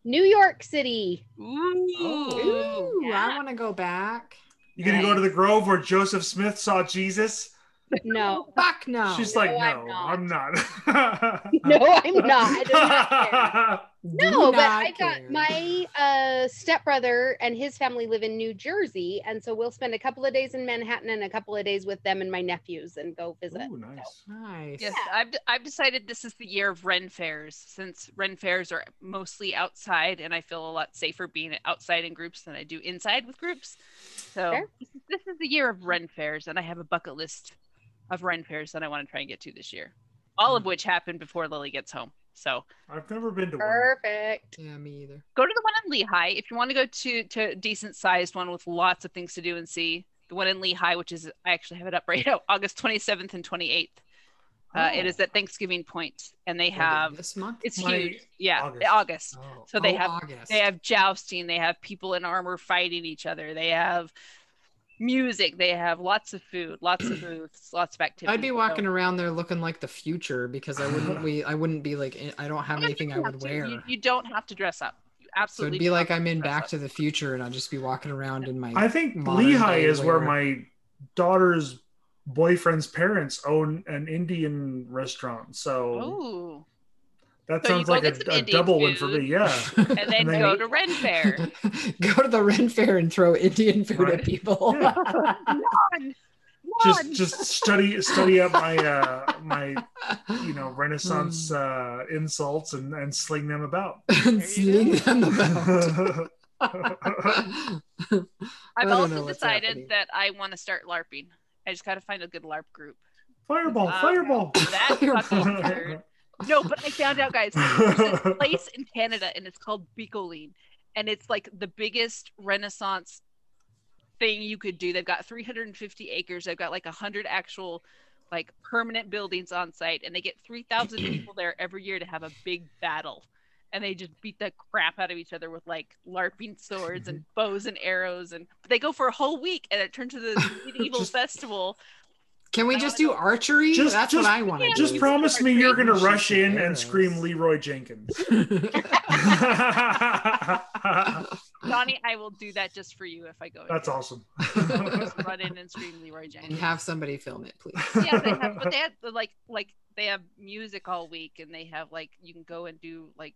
S5: New York City.
S3: Ooh,
S2: Ooh, I
S5: yeah.
S2: want to go back.
S4: You gonna go to the Grove where Joseph Smith saw Jesus?
S5: No,
S2: [laughs]
S5: [laughs]
S2: Fuck no.
S4: She's
S5: No,
S4: like,
S5: I'm
S4: no, I'm not.
S2: [laughs]
S4: [laughs] I'm
S5: [laughs] no, I'm not. I do not
S4: [laughs]
S5: care.
S2: Do
S5: No, but
S2: not
S5: I got
S2: care.
S5: my uh, stepbrother and his family live in New Jersey, and so we'll spend a couple of days in Manhattan and a couple of days with them and my nephews and go visit.
S4: Ooh, nice.
S2: Nice.
S3: Yes, I've, I've decided this is the year of Ren Fairs since Ren Fairs are mostly outside, and I feel a lot safer being outside in groups than I do inside with groups. So
S5: Fair.
S3: this is- this is the year of Ren Fairs, and I have a bucket list of Ren Fairs that I want to try and get to this year, all of which happen before Lily gets home. So
S4: I've never been to
S5: Er,
S4: one.
S2: [laughs]
S5: Perfect.
S2: Yeah, me either.
S3: go to the one in Lehigh if you want to go to to a decent sized one with lots of things to do and see. The one in Lehigh, which is I actually have it up right [laughs] now, August 27th and 28th. Uh, It
S4: Oh.
S3: is at Thanksgiving Point, and they
S2: Hold on,
S3: have
S2: this month.
S3: it's
S4: My-
S3: huge. Yeah,
S4: August.
S3: August.
S2: Oh,
S3: so they
S2: oh,
S3: have-
S2: August.
S3: They have jousting. They have people in armor fighting each other. They have music. They have lots of food, lots
S2: [clears throat]
S3: of booths, lots of activities.
S2: I'd be walking around there looking like the future because I wouldn't
S3: [laughs]
S2: we I wouldn't be like in- I don't have anything I would wear.
S3: You, you don't have to dress up. You
S2: so
S3: absolutely.
S2: it'd be
S3: don't
S2: like
S3: have
S2: I'm in
S3: dress
S2: Back
S3: up.
S2: to the Future and I'll just be walking around in my [laughs]
S4: I think
S2: Modern
S4: Lehigh
S2: day
S4: is where
S2: where-
S4: my daughter's boyfriend's parents own an Indian restaurant. So
S3: Oh,
S4: that
S3: So you
S4: sounds
S3: go
S4: like
S3: get
S4: a,
S3: some
S4: a
S3: Indian
S4: double one for me.
S3: food. [laughs]
S4: Yeah. [laughs]
S3: and then
S4: Maybe.
S3: go to Ren
S2: [laughs]
S3: Fair.
S2: Go to the Ren Fair and throw Indian food
S4: Right.
S2: at people.
S4: Yeah.
S2: [laughs]
S3: One.
S4: Just
S3: One.
S4: just study study up my uh my you know Renaissance
S2: Hmm.
S4: uh insults and, and sling them about.
S2: and
S3: There you
S2: sling them about.
S4: [laughs]
S2: I [laughs]
S3: I've
S2: don't know
S3: also
S2: what's
S3: decided
S2: happening.
S3: that I want to start LARPing. I just got to find a good LARP group.
S4: fireball,
S3: Uh,
S4: fireball.
S3: That fucking nerd. No, but I found out, guys. There's
S2: [laughs]
S3: this place in Canada, and it's called Bicoline, and it's like the biggest Renaissance thing you could do. They've got 350 acres. They've got like 100 actual, like
S2: [clears throat]
S3: permanent buildings on site, and they get 3,000 people there every year to have a big battle. and they just beat the crap out of each other with like larping swords
S2: [laughs]
S3: and bows and arrows and but they go for a whole week and it turns to
S2: [laughs]
S3: the medieval
S4: Just-
S3: festival
S2: Can we
S3: I
S2: just
S3: wanna
S2: do archery?
S4: Just-
S2: That's
S4: just-
S2: what I want to
S3: Yeah,
S4: Just
S3: you
S2: [laughs]
S4: promise
S3: start
S4: me you're
S3: creating
S4: going to rush
S7: shit
S4: in and
S7: arrows.
S4: scream
S3: [laughs]
S4: Leroy Jenkins.
S2: do.
S4: That's
S3: johnny i will do that just for you if i go again. [laughs]
S4: awesome.
S3: just run in and scream leroy
S2: and
S3: jenkins
S2: have somebody film it, please.
S3: yeah they have but they have the, like like they have music all week and they have like you can go and do like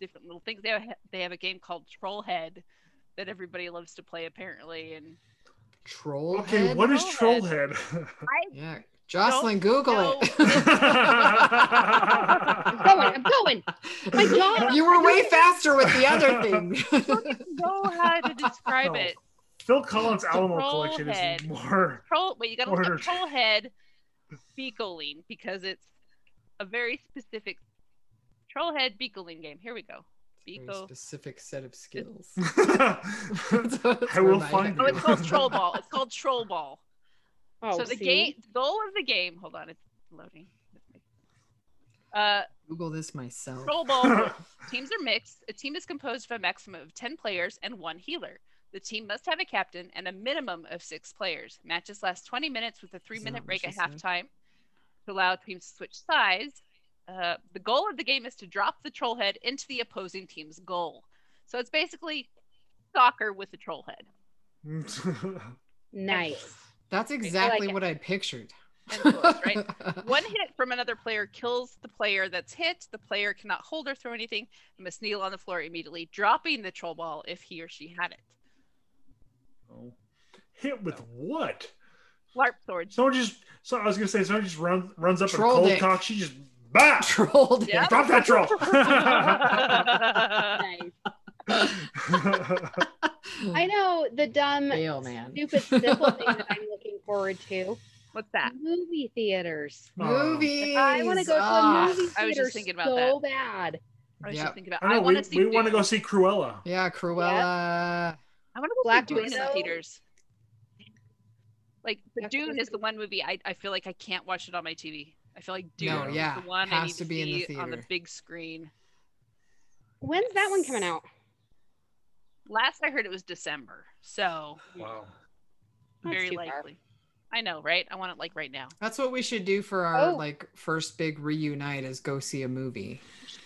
S3: different little things they have they have a game called trollhead that everybody loves to play apparently and
S2: Troll.
S4: okay,
S2: head?
S4: what is
S3: Trollhead.
S4: Trollhead?
S2: Yeah, Jocelyn, Google
S4: [laughs]
S5: I'm going. I'm going. My
S2: it.
S5: job.
S2: [laughs] you were way faster with the other [laughs]
S4: [laughs]
S2: thing.
S3: know how to describe
S4: No.
S3: it
S4: Phil Collins' Alamo collection
S3: Trollhead.
S4: is more.
S3: troll wait you gotta look
S4: Word.
S3: at troll head beagling because it's a very specific troll head beagling game here we go
S2: Very
S3: beagle
S2: specific set of
S4: [laughs]
S2: skills. [laughs]
S4: I
S2: That's
S4: will
S2: where my
S4: find
S3: oh
S2: head-
S4: you.
S3: it's called troll ball it's called troll ball
S5: Oh,
S3: so the
S5: see?
S3: game goal of the game hold on it's loading uh
S2: Google this myself.
S3: troll
S4: [laughs]
S3: ball teams are mixed a team is composed of a maximum of 10 players and one healer the team must have a captain and a minimum of six players. Matches last 20 minutes with a three
S2: that
S3: minute
S2: what
S3: break
S2: she
S3: at
S2: said?
S3: halftime to allow teams to switch sides. Uh, the goal of the game is to drop the troll head into the opposing team's goal. So it's basically soccer with a troll head. [laughs]
S5: Nice.
S2: That's exactly
S3: it.
S2: what I pictured. [laughs]
S3: And goals, right? One hit from another player kills the player that's hit. The player cannot hold or throw anything and must kneel on the floor immediately, dropping the troll ball if he or she had it.
S4: [laughs] Hit with what?
S3: LARP
S4: [laughs]
S3: swords.
S4: Someone just. So I was gonna say someone just runs runs up and
S2: Troll
S4: cold
S2: dick.
S4: cock. She just bah.
S2: Trolled
S3: Yeah.
S4: Drop that troll.
S5: nice.
S3: [laughs]
S4: [laughs]
S5: I know the dumb,
S2: Fail, man.
S5: stupid, simple thing that I'm looking forward
S3: [laughs]
S5: to.
S3: What's that?
S5: Movie theaters.
S2: Movies.
S5: I want to go to
S2: Ah.
S5: a movie theater
S3: I was just thinking about
S5: so
S3: that.
S5: bad.
S3: I was
S2: Yep.
S3: just thinking about.
S4: I know,
S3: I want
S4: we
S3: to see.
S4: we want to
S3: Dune.
S4: go see Cruella.
S2: Yeah, Cruella.
S3: I want to go
S5: Black
S3: see Dune in
S5: Widow.
S3: theaters. Like the
S5: Black
S3: Dune
S5: Widow's
S3: is the one movie I, I feel like I can't watch it on my TV. I feel like Dune
S2: No, yeah,
S3: is the one I
S2: has
S3: need
S2: to
S3: to
S2: be in the
S3: see on the
S2: theater.
S3: big screen.
S5: When's that one coming out?
S3: Last I heard, it was December, so
S4: Wow.
S5: That's
S3: very
S5: too far.
S3: likely. I know, right? I want it like right now.
S2: That's what we should do for our
S5: Oh.
S2: like first big reunite is go see a movie.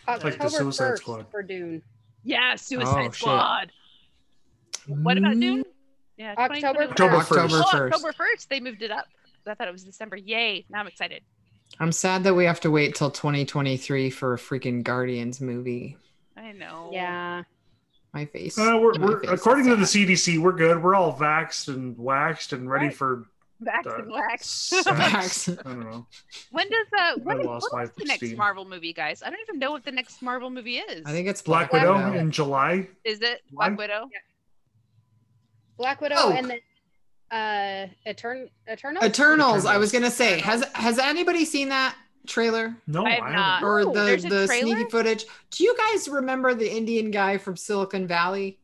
S5: October
S4: Like the Suicide
S5: 1st
S4: Squad.
S5: for Dune.
S3: Yeah, Suicide
S2: Oh, shit. Mm-hmm.
S3: Squad. What about Dune? Yeah,
S5: October
S3: 2021.
S2: October
S4: October first.
S3: Oh,
S2: 1st.
S3: October first. They moved it up. I thought it was December. Yay! Now I'm excited.
S2: I'm sad that we have to wait till 2023 for a freaking Guardians movie.
S3: I
S2: Oh.
S3: know.
S5: Yeah.
S2: My face.
S4: Uh, we're,
S2: my
S4: we're
S2: face is
S4: according to the
S2: sad.
S4: CDC, we're good. We're all waxed and waxed and ready
S3: Right.
S4: for
S3: Vax
S4: Uh,
S3: and wax.
S4: sex. I don't
S3: [laughs]
S4: know.
S3: When does uh, when,
S4: I
S3: is,
S4: lost
S3: when
S4: my
S3: is the next
S4: steam.
S3: Marvel movie, guys? I don't even know what the next Marvel movie is.
S2: I think it's
S4: Black, Widow, in July.
S3: is it Black
S4: One?
S3: Widow?
S5: Black Widow
S2: Oh.
S5: and then uh Etern- Eternal.
S2: Eternals. I was gonna say, has has anybody seen that trailer
S4: No,
S3: I
S4: I,
S3: have not.
S2: or
S3: Oh,
S2: the
S3: there's a
S2: the
S3: trailer?
S2: sneaky footage? Do you guys remember the Indian guy from Silicon Valley?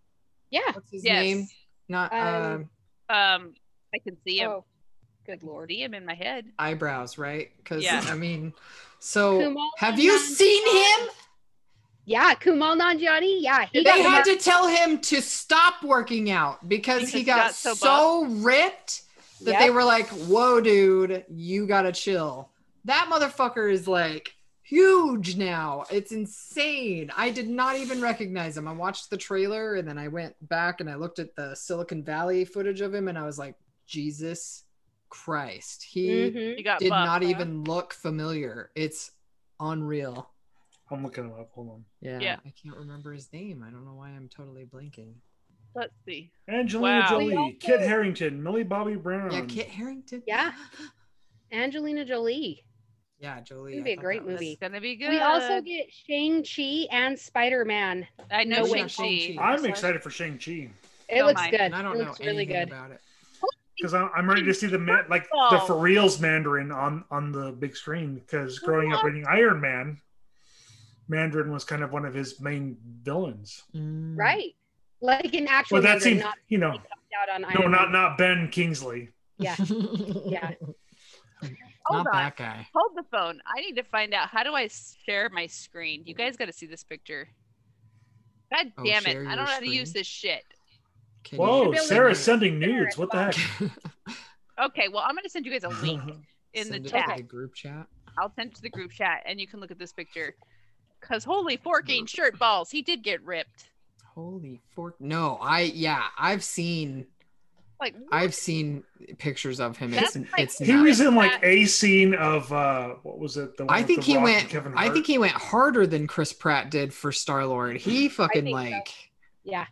S5: Yeah.
S2: What's his
S3: Yes.
S2: name? Not uh,
S5: Um,
S3: Um, I can see him.
S5: Oh, good
S3: I can
S5: lord.
S3: see him in my head.
S2: uh, eyebrows, right? Because
S3: Yeah.
S2: I mean, so
S5: Kumail
S2: Oh. have you
S5: Nanjiani.
S2: seen him?
S5: Yeah, Kumal Nanjiani. Yeah, he got
S2: they
S5: the
S2: had
S5: mark-
S2: to tell him to stop working out because,
S3: Because
S2: he
S3: he
S2: got,
S3: got so
S2: so, ripped that they
S5: Yep.
S2: were like, "Whoa, dude, you gotta chill." That motherfucker is like huge now. It's insane. I did not even recognize him. I watched the trailer and then I went back and I looked at the Silicon Valley footage of him and I was like, "Jesus Christ, he
S5: Mhm.
S3: You got
S2: did
S3: buffed,
S2: not
S3: huh?
S2: even look familiar." It's unreal.
S4: I'm looking him up. Hold on.
S2: Yeah,
S3: Yeah.
S2: I can't remember his name. I don't know why I'm totally blanking.
S3: Let's see.
S4: Angelina
S3: Wow.
S4: Jolie,
S5: We
S4: Kit
S5: also-
S4: Harrington, Millie Bobby Brown.
S2: Yeah, Kit Harrington. [gasps]
S5: Yeah. Angelina Jolie.
S2: Yeah, Jolie.
S5: It'd be
S2: I
S5: a
S2: thought
S5: great
S2: that was-
S5: movie.
S3: It's gonna be good.
S5: We also get Shang Chi and Spider Man.
S3: I know
S5: No
S3: Shang
S5: way.
S3: Chi.
S2: Shang-Chi.
S4: I'm excited for Shang Chi
S5: It
S3: Oh
S5: looks
S3: my.
S5: good.
S2: And I don't
S5: it
S2: know
S5: looks really
S2: anything
S5: good.
S2: about it.
S4: because I'm, I'm ready to see the man, like the for reals Mandarin on on the big screen. Because growing up reading Iron Man, Mandarin was kind of one of his main villains.
S2: Mm.
S5: Right. Like an actual
S4: Well, that
S5: movie,
S4: seems
S5: not
S4: you know
S5: knocked out on
S4: no
S5: Iron
S4: not
S5: Man.
S4: not Ben Kingsley.
S5: Yeah.
S2: [laughs]
S4: Mm. [laughs]
S5: Yeah.
S2: Not
S3: Hold on.
S2: that guy.
S3: Hold the phone. I need to find out how do I share my screen. You guys got to see this picture. God
S2: Oh,
S3: damn it.
S2: share
S3: I don't know
S2: your
S3: how to use
S2: screen.
S3: this shit.
S2: Can you-
S4: Whoa,
S5: Ability.
S4: Sarah's sending nudes. What
S2: [laughs]
S4: the heck?
S3: Okay, well, I'm going to send you guys a link in
S2: Send it
S3: the
S2: to
S3: chat.
S2: the group chat.
S3: I'll send it to the group chat and you can look at this picture. Because holy forking shirt balls, he did get ripped.
S2: Holy fork! No, I yeah, I've seen
S3: Like,
S2: I've seen pictures of him. It's
S3: That's like-
S2: it's
S4: He
S2: nuts.
S4: was in like a scene of uh what was it? The one
S2: I
S4: with
S2: think
S4: The
S2: he
S4: Rock and
S2: went.
S4: Kevin
S2: I
S4: Hart?
S2: think he went harder than Chris Pratt did for Star Lord. He fucking
S5: think so.
S2: like.
S5: Yeah.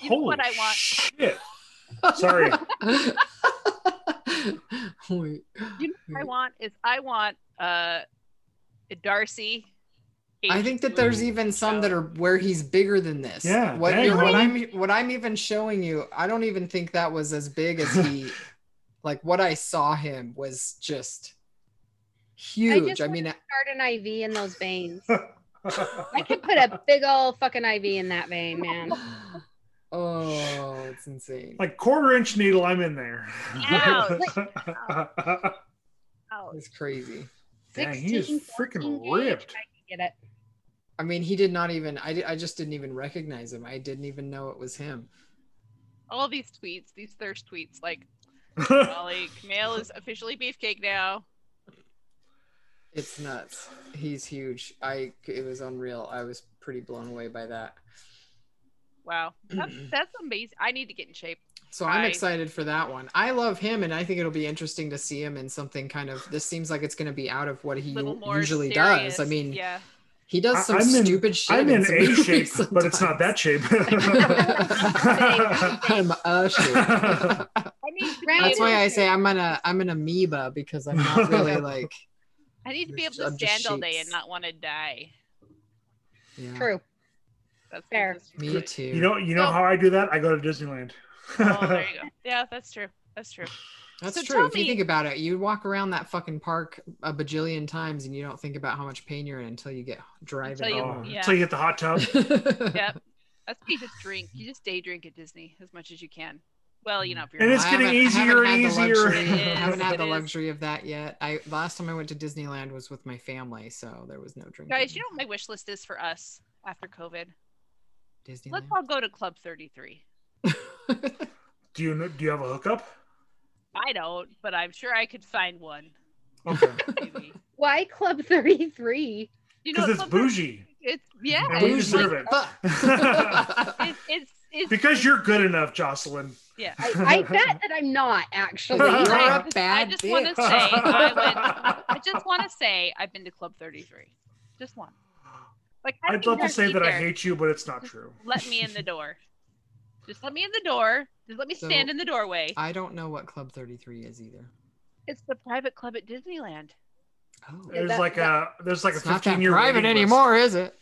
S3: You know what I
S2: [laughs]
S3: want?
S4: Shit.
S3: [laughs]
S4: Sorry. [laughs]
S5: [laughs]
S2: Wait.
S3: you know
S2: Mm.
S3: what I want is I want uh Darcy.
S2: I think that there's
S3: Agent
S2: even some that are where he's bigger than this.
S4: Yeah,
S2: What,
S4: dang,
S2: you're, what
S4: homie.
S2: I'm what I'm even showing you, I don't even think that was as big as
S4: [laughs]
S2: he. like what I saw him was just huge. I,
S5: just
S2: mean,
S5: Start an IV in those
S4: [laughs]
S5: veins. I could put a big old fucking IV in that vein, man.
S2: oh, it's insane.
S4: like quarter inch needle, I'm in there.
S3: Lou.
S2: it's crazy.
S4: [laughs] Dang, he is
S5: 16,
S4: freaking
S5: 14 gauge,
S4: ripped.
S5: I
S3: [laughs]
S5: can get it.
S2: I mean, he did not even. I di- I just didn't even recognize him. I didn't even know it was him.
S3: all these tweets, these thirst tweets, like
S2: [laughs]
S3: Molly Camille is officially beefcake now.
S2: It's nuts. He's huge. I it was unreal. I was pretty blown away by that.
S3: Wow, that's, that's amazing. I need to get in shape.
S2: So I'm
S3: I-
S2: excited for that one. I love him, and I think it'll be interesting to see him in something kind of. This seems like it's going to be out of what he
S3: A little
S2: u-
S3: more
S2: usually
S3: serious.
S2: does. I mean,
S3: yeah,
S2: he
S4: I-
S2: does some
S4: I'm in-
S2: stupid shit.
S4: I'm in
S2: some
S4: A
S2: movies
S4: shape,
S2: [laughs]
S4: but it's not that shape. [laughs]
S3: [laughs]
S2: sometimes. I'm a shape.
S3: I need to. Be
S5: Round
S2: That's
S3: able,
S2: why I say I'm an I'm an amoeba because I'm not
S4: [laughs]
S2: really like.
S3: I need to be able
S2: There's-
S3: to
S2: I'm just
S3: stand all day
S2: sheets.
S3: and not want to die.
S2: Yeah,
S5: True.
S3: That's
S5: Fair.
S3: just-
S2: me too.
S4: you know, you know
S3: No.
S4: how I do that? I go to Disneyland.
S3: Oh, there
S2: [laughs]
S4: [laughs]
S3: you go. Yeah, that's true. That's true.
S2: That's
S3: So
S2: true.
S3: tell
S2: If you
S3: me-
S2: think about it, you walk around that fucking park a bajillion times and you don't think about how much pain you're in until you get driving
S3: Until you-
S4: oh,
S2: home.
S3: yeah.
S4: So you hit the hot
S2: [laughs]
S4: tub.
S3: Yep. That's what you just drink. You just day drink at Disney as much as you can. Well,
S2: Mm.
S3: you know, if you're
S4: And
S3: not-
S4: it's
S2: I
S4: getting
S2: haven't- I haven't
S4: easier and
S2: had the
S4: easier. [laughs]
S2: luxury- I
S3: It
S2: haven't
S3: is,
S2: had
S3: it
S2: the
S3: is.
S2: luxury of that yet. I last time I went to Disneyland was with my family, so there was no drinking.
S3: guys, you know what my wish list is for us after COVID? Let's
S2: Disneyland.
S3: all go to Club 33.
S4: Do you know, do you have a
S5: [laughs]
S4: hookup?
S3: I don't, but I'm sure I could find one.
S4: Okay.
S2: [laughs]
S3: Maybe.
S5: Why Club 33?
S3: You
S4: Because
S3: know,
S4: it's
S3: Club 33
S4: bougie.
S3: It's yeah.
S4: And we
S3: it's
S4: deserve
S3: like-
S4: it.
S2: Fuck.
S4: [laughs]
S3: It's, it's, it's
S4: Because you're good enough, Jocelyn.
S3: yeah.
S4: [laughs]
S5: I, I bet that I'm not
S2: [laughs]
S5: actually.
S2: You're a
S3: [laughs] I
S5: Like,
S3: just- I
S2: bad
S3: just want to
S2: bitch. [laughs]
S3: say I would. I just want to say I've been to Club 33. Just one. Like I
S4: I'd
S3: think
S4: love to
S3: there's
S4: say
S3: meat
S4: that I
S3: there.
S4: hate you, but it's not true.
S3: Let me in the door. Just let me in the door. Just let me
S2: So-
S3: stand in the doorway.
S2: [laughs] I don't know what Club 33 is either.
S3: It's the private club at Disneyland.
S2: Oh.
S4: There's
S5: that-
S4: like a there's like
S2: it's
S4: a
S2: not
S4: 15
S2: that
S4: year
S2: private anymore, is it?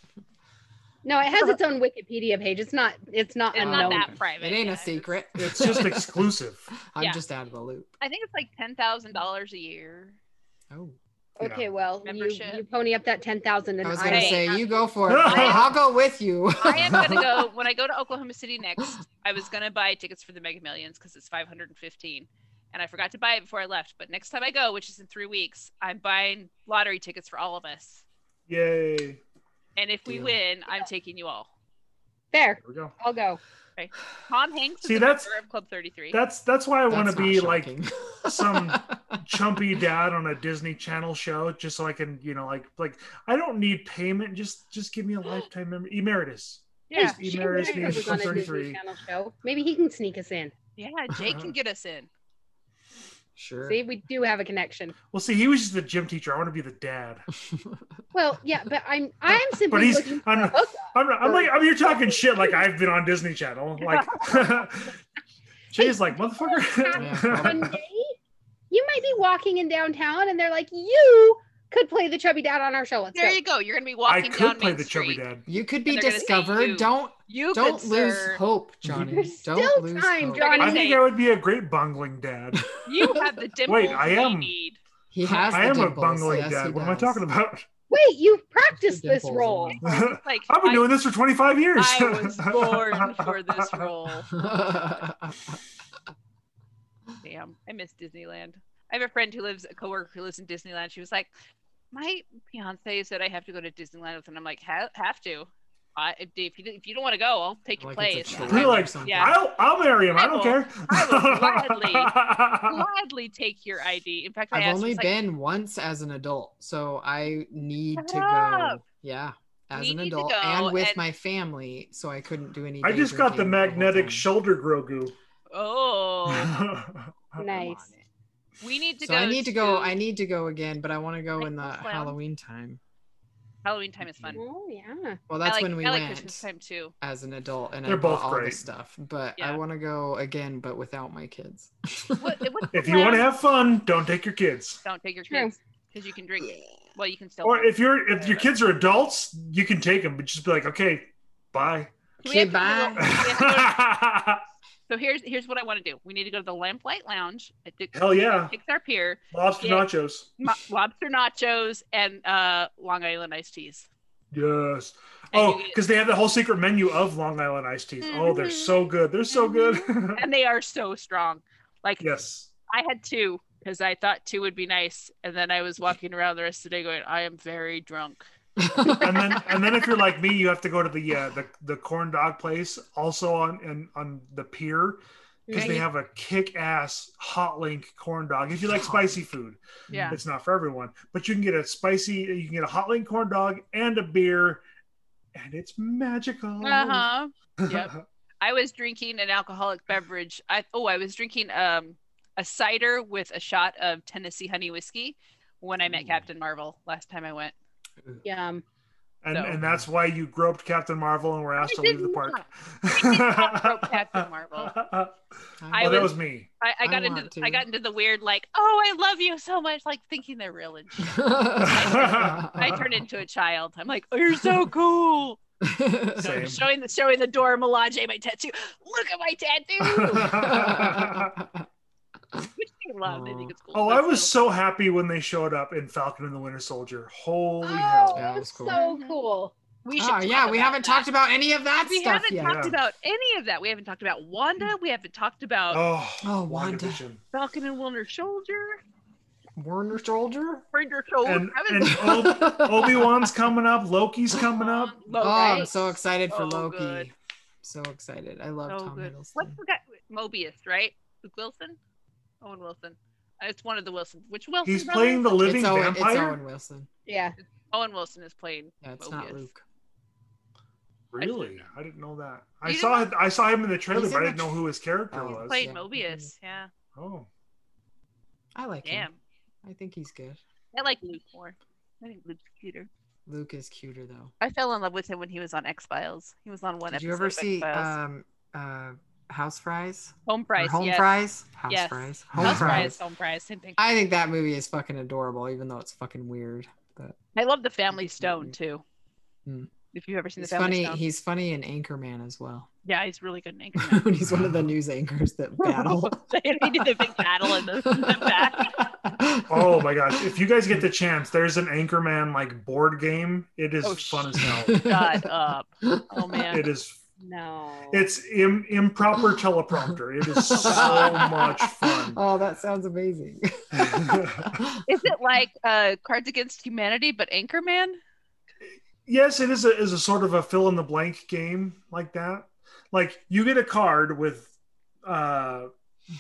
S5: no, it has its own Wikipedia page. It's not. It's not
S3: It's
S5: unknown.
S3: not that
S2: okay.
S3: private.
S2: It ain't
S3: yeah.
S2: a secret.
S4: [laughs] It's
S2: [laughs]
S4: just exclusive.
S2: I'm
S3: Yeah.
S2: just out of the loop.
S3: I think it's like ten thousand dollars a year.
S2: Oh.
S5: Okay, well, you,
S3: Membership.
S5: you pony up that ten thousand, and
S2: I was
S5: I,
S2: gonna
S3: Hey,
S2: say
S3: I'm-
S2: you go
S4: [laughs]
S2: for it.
S4: I
S2: I'll,
S3: am-
S2: I'll go with
S4: [laughs]
S2: you. [laughs]
S3: I am gonna go when I go to Oklahoma City next. I was gonna buy tickets for the Mega Millions because it's five hundred and fifteen, and I forgot to buy it before I left. But next time I go, which is in three weeks, I'm buying lottery tickets for all of us.
S4: Yay. There
S3: And if we
S2: Deal.
S3: win, I'm taking you all.
S5: there.
S4: we go.
S5: I'll go.
S3: Tom Hanks
S4: See,
S3: is a
S4: that's-
S3: member of Club Thirty Three.
S4: That's that's why I want to
S2: That's not
S4: be like
S2: shocking.
S4: um,
S2: [laughs]
S4: some chumpy dad on a Disney Channel show, just so I can, you know, like like I don't need payment. Just just give me a lifetime e-, member emeritus.
S3: Yeah,
S4: He
S5: Shane
S4: marries
S5: Black
S4: me
S5: was
S4: at
S5: on a Disney
S4: 33.
S5: Channel show. Maybe he can sneak us in.
S3: yeah. Jake can get us in.
S2: sure.
S5: See, we do have a connection.
S4: Well, see, he was just the gym teacher. I want to be the dad.
S5: Well, yeah, but I'm
S2: [laughs]
S5: I'm
S3: [laughs]
S5: simply
S4: But he's
S5: looking
S4: I'm not, I'm, not, I'm like I'm, you're talking shit like I've been on Disney Channel. Like [laughs]
S3: [laughs]
S4: she's like
S2: Yeah.
S4: motherfucker.
S5: one day you might be walking in downtown and they're like, you could play the chubby dad on our show. Let's
S3: There
S5: go.
S3: you go. You're gonna be
S4: [laughs] I
S3: walking down
S4: could play
S3: Main
S4: the chubby
S3: Street.
S4: dad.
S2: You could be
S3: And they're gonna say
S2: discovered.
S3: you.
S2: Don't
S3: You
S2: don't
S3: could,
S2: lose
S3: sir.
S2: hope, Johnny.
S5: There's
S2: don't
S5: still
S2: lose
S5: time,
S2: hope.
S3: Johnny.
S4: I think I would be a great bungling dad.
S3: You have the dimples
S4: [laughs] Wait, I
S3: we
S4: am-
S3: need.
S2: He has.
S4: I
S2: the
S4: am a
S2: dimples.
S4: bungling
S2: Yes, he
S4: dad. What am I
S2: does.
S3: [laughs]
S4: talking about? [laughs]
S5: Wait, you've practiced
S2: The
S5: this
S2: dimples
S5: role.
S2: and
S4: I've
S3: Like
S4: been
S3: I,
S4: doing this for 25 years.
S3: I
S4: [laughs]
S3: was born for this role.
S2: all.
S3: Damn, I miss Disneyland. I have a friend who lives, a coworker who lives in Disneyland. She was like, "My fiance said I have to go to Disneyland with," and I'm like, "Ha- "Have to? I, if, if you if you don't want to go, I'll take your
S2: Like it's a
S3: place. I
S2: choice
S4: You're
S3: will
S4: like,
S2: or something.
S3: yeah.
S4: I'll, I'll marry him. I,
S3: I
S4: don't
S3: will-
S4: care. [laughs]
S3: I
S4: gladly.
S3: gladly take your ID. In fact, I
S2: I've
S3: asked.
S2: only
S3: it's like,
S2: been once as an adult, so I need to
S3: Shut
S2: go.
S3: up.
S2: Yeah, as
S3: You
S2: an
S3: need to
S2: adult
S3: go
S2: and with
S3: and-
S2: my family, so I couldn't do any.
S4: I
S2: day
S4: just got the
S2: drinking whole
S4: magnetic
S2: time.
S4: shoulder Grogu.
S3: oh,
S4: [laughs]
S5: Nice.
S3: we need to
S2: So
S3: go.
S2: I need to go. I need to go again, but I want to go in the
S3: Christmas lounge.
S2: Halloween time.
S3: Halloween time is fun.
S5: Oh yeah.
S2: Well, that's
S3: I like,
S2: when we
S3: I like Christmas
S2: went
S3: time too.
S2: as an adult, and I
S4: They're
S2: bought
S4: both
S2: all
S4: great.
S2: this stuff. But I
S3: Yeah.
S2: want to go again, but without my kids. [laughs]
S3: What, what's the
S4: [laughs] if you want to
S3: plan?
S4: have fun, don't take your kids.
S3: don't take your
S5: True.
S3: kids because you can drink. Well, you can still.
S4: Or
S3: drink.
S4: if you're if your kids are adults, you can take them, but just be like, okay, bye.
S3: We have to do
S2: Goodbye.
S3: what- we have to go to- so here's here's what I want to do. We need to go to the Lamplight Lounge at Dick,
S4: Hell yeah,
S3: Dick's Our Pier,
S4: [laughs] lobster
S3: Yeah.
S4: nachos.
S3: mo- lobster nachos, and uh, Long Island iced teas.
S4: Yes.
S3: And
S4: Oh,
S3: you get-
S4: because they have the whole secret menu of Long Island iced teas. Oh, they're
S3: Mhm.
S4: so good. They're so good.
S3: and they are so strong. Like
S4: [laughs] yes.
S3: I had two because I thought two would be nice, and then I was walking around the rest of the day going, "I am very drunk."
S2: [laughs]
S4: and then and then if you're like me, you have to go to the uh, the the corn dog place also on and on the pier because they
S3: Right.
S4: have a kick ass hot link corn dog. If you like spicy food,
S3: Yeah.
S4: it's not for everyone, but you can get a spicy, you can get a hot link corn dog and a beer, and it's magical.
S3: Uh huh. Yep. I was drinking an alcoholic beverage. I oh, I was drinking um a cider with a shot of Tennessee honey whiskey when I met
S2: Ooh.
S3: Captain Marvel last time I went. [laughs]
S5: Yum.
S4: [laughs] and
S3: So-
S4: and that's why you groped Captain Marvel and were asked to
S3: did
S4: leave the park. [laughs]
S3: not. did not grope Captain Marvel.
S4: Oh,
S3: I
S4: that
S3: was-
S4: was me.
S3: I, I
S2: I
S3: got into
S2: want to.
S3: I got into the weird like, oh, I love you so much, like thinking they're real. And shit.
S2: [laughs]
S3: I turned into a child. I'm like, oh, you're so cool.
S2: [laughs]
S3: [laughs]
S4: Same.
S3: showing the showing the Dora Milaje my tattoo. Look at my tattoo, [laughs] which they love. They think it's cool.
S4: [laughs] Oh, I
S3: That's
S4: was
S3: cool.
S4: so happy when they showed up in Falcon and the Winter Soldier. Holy
S5: Oh,
S4: hell.
S2: Yeah, that was
S5: that's
S2: cool.
S5: so cool.
S3: We should
S2: oh yeah,
S3: talk
S2: we
S3: about
S2: haven't
S3: that.
S2: talked about any of that
S3: We
S2: stuff
S3: haven't
S2: yet.
S3: talked about any of that. We haven't talked about Wanda. We haven't talked about
S4: Oh,
S2: Oh, Wanda.
S4: WandaVision.
S3: Falcon and Winter Soldier.
S2: Warner Soldier.
S3: Ranger Soldier.
S4: And,
S3: I haven't-
S4: and
S2: [laughs]
S3: [laughs]
S4: Obi Wan's coming up. Loki's coming up.
S3: Loki.
S2: Oh, I'm so excited for
S3: So
S2: Loki.
S3: Oh, good.
S2: So excited. I love
S3: So
S2: Tom
S3: good.
S2: Hiddleston.
S3: What's the guy? Mobius, right? Luke Wilson? Owen Wilson. Uh, It's one of the Wilsons. Which Wilson?
S4: He's playing the living
S2: it's, Owen, it's
S4: vampire.
S2: Owen Wilson.
S5: Yeah.
S3: Owen Wilson is playing.
S2: Yeah, it's
S3: Mobius.
S2: not Luke.
S4: Really? I didn't know that. I
S3: You
S4: saw it, I saw him in the trailer,
S2: He's
S4: but I
S2: in
S4: didn't
S2: the
S4: know who his character
S2: Oh.
S4: was.
S3: Played
S2: Yeah.
S3: Mobius. Yeah.
S4: Oh,
S2: I like him.
S3: Damn.
S2: I think he's good.
S3: I like Luke more. I think Luke's cuter.
S2: Luke is cuter though.
S3: I fell in love with him when he was on X Files. He was on one
S2: Did
S3: episode.
S2: you ever
S3: of
S2: see
S3: X-Files.
S2: um, uh, House Fries?
S3: Home
S2: Or
S3: Price?
S2: Home
S3: yes.
S2: Fries? House
S3: Yes.
S2: Fries? Home
S3: House
S2: Fries.
S3: Fries. Home Fries. Same thing.
S2: I think that movie is fucking adorable, even though it's fucking weird. But
S3: I love the Family Stone too.
S2: Hmm.
S3: If you've ever seen
S2: he's
S3: the Family
S2: funny.
S3: Stone,
S2: He's funny in Anchorman as well.
S3: yeah, he's really good. In
S2: [laughs]
S3: Anchorman.
S2: when he's one of the news anchors that battle.
S3: [laughs] they did the big battle in the,
S2: [laughs]
S3: in the back.
S4: oh my gosh! If you guys get the chance, there's an Anchorman like board game. It is
S3: Oh,
S4: fun
S3: sh-
S4: as
S3: [laughs]
S4: hell.
S3: Shut up! Oh man,
S4: It is.
S5: No.
S4: It's Im- improper teleprompter. It
S3: [laughs]
S4: is so
S3: God.
S4: much fun.
S2: Oh, that sounds
S4: [laughs]
S2: amazing. [laughs]
S3: [laughs] is it like uh, Cards Against Humanity but Anchorman?
S4: Yes, it is a is a sort of a fill in the blank game like that. Like you get a card with uh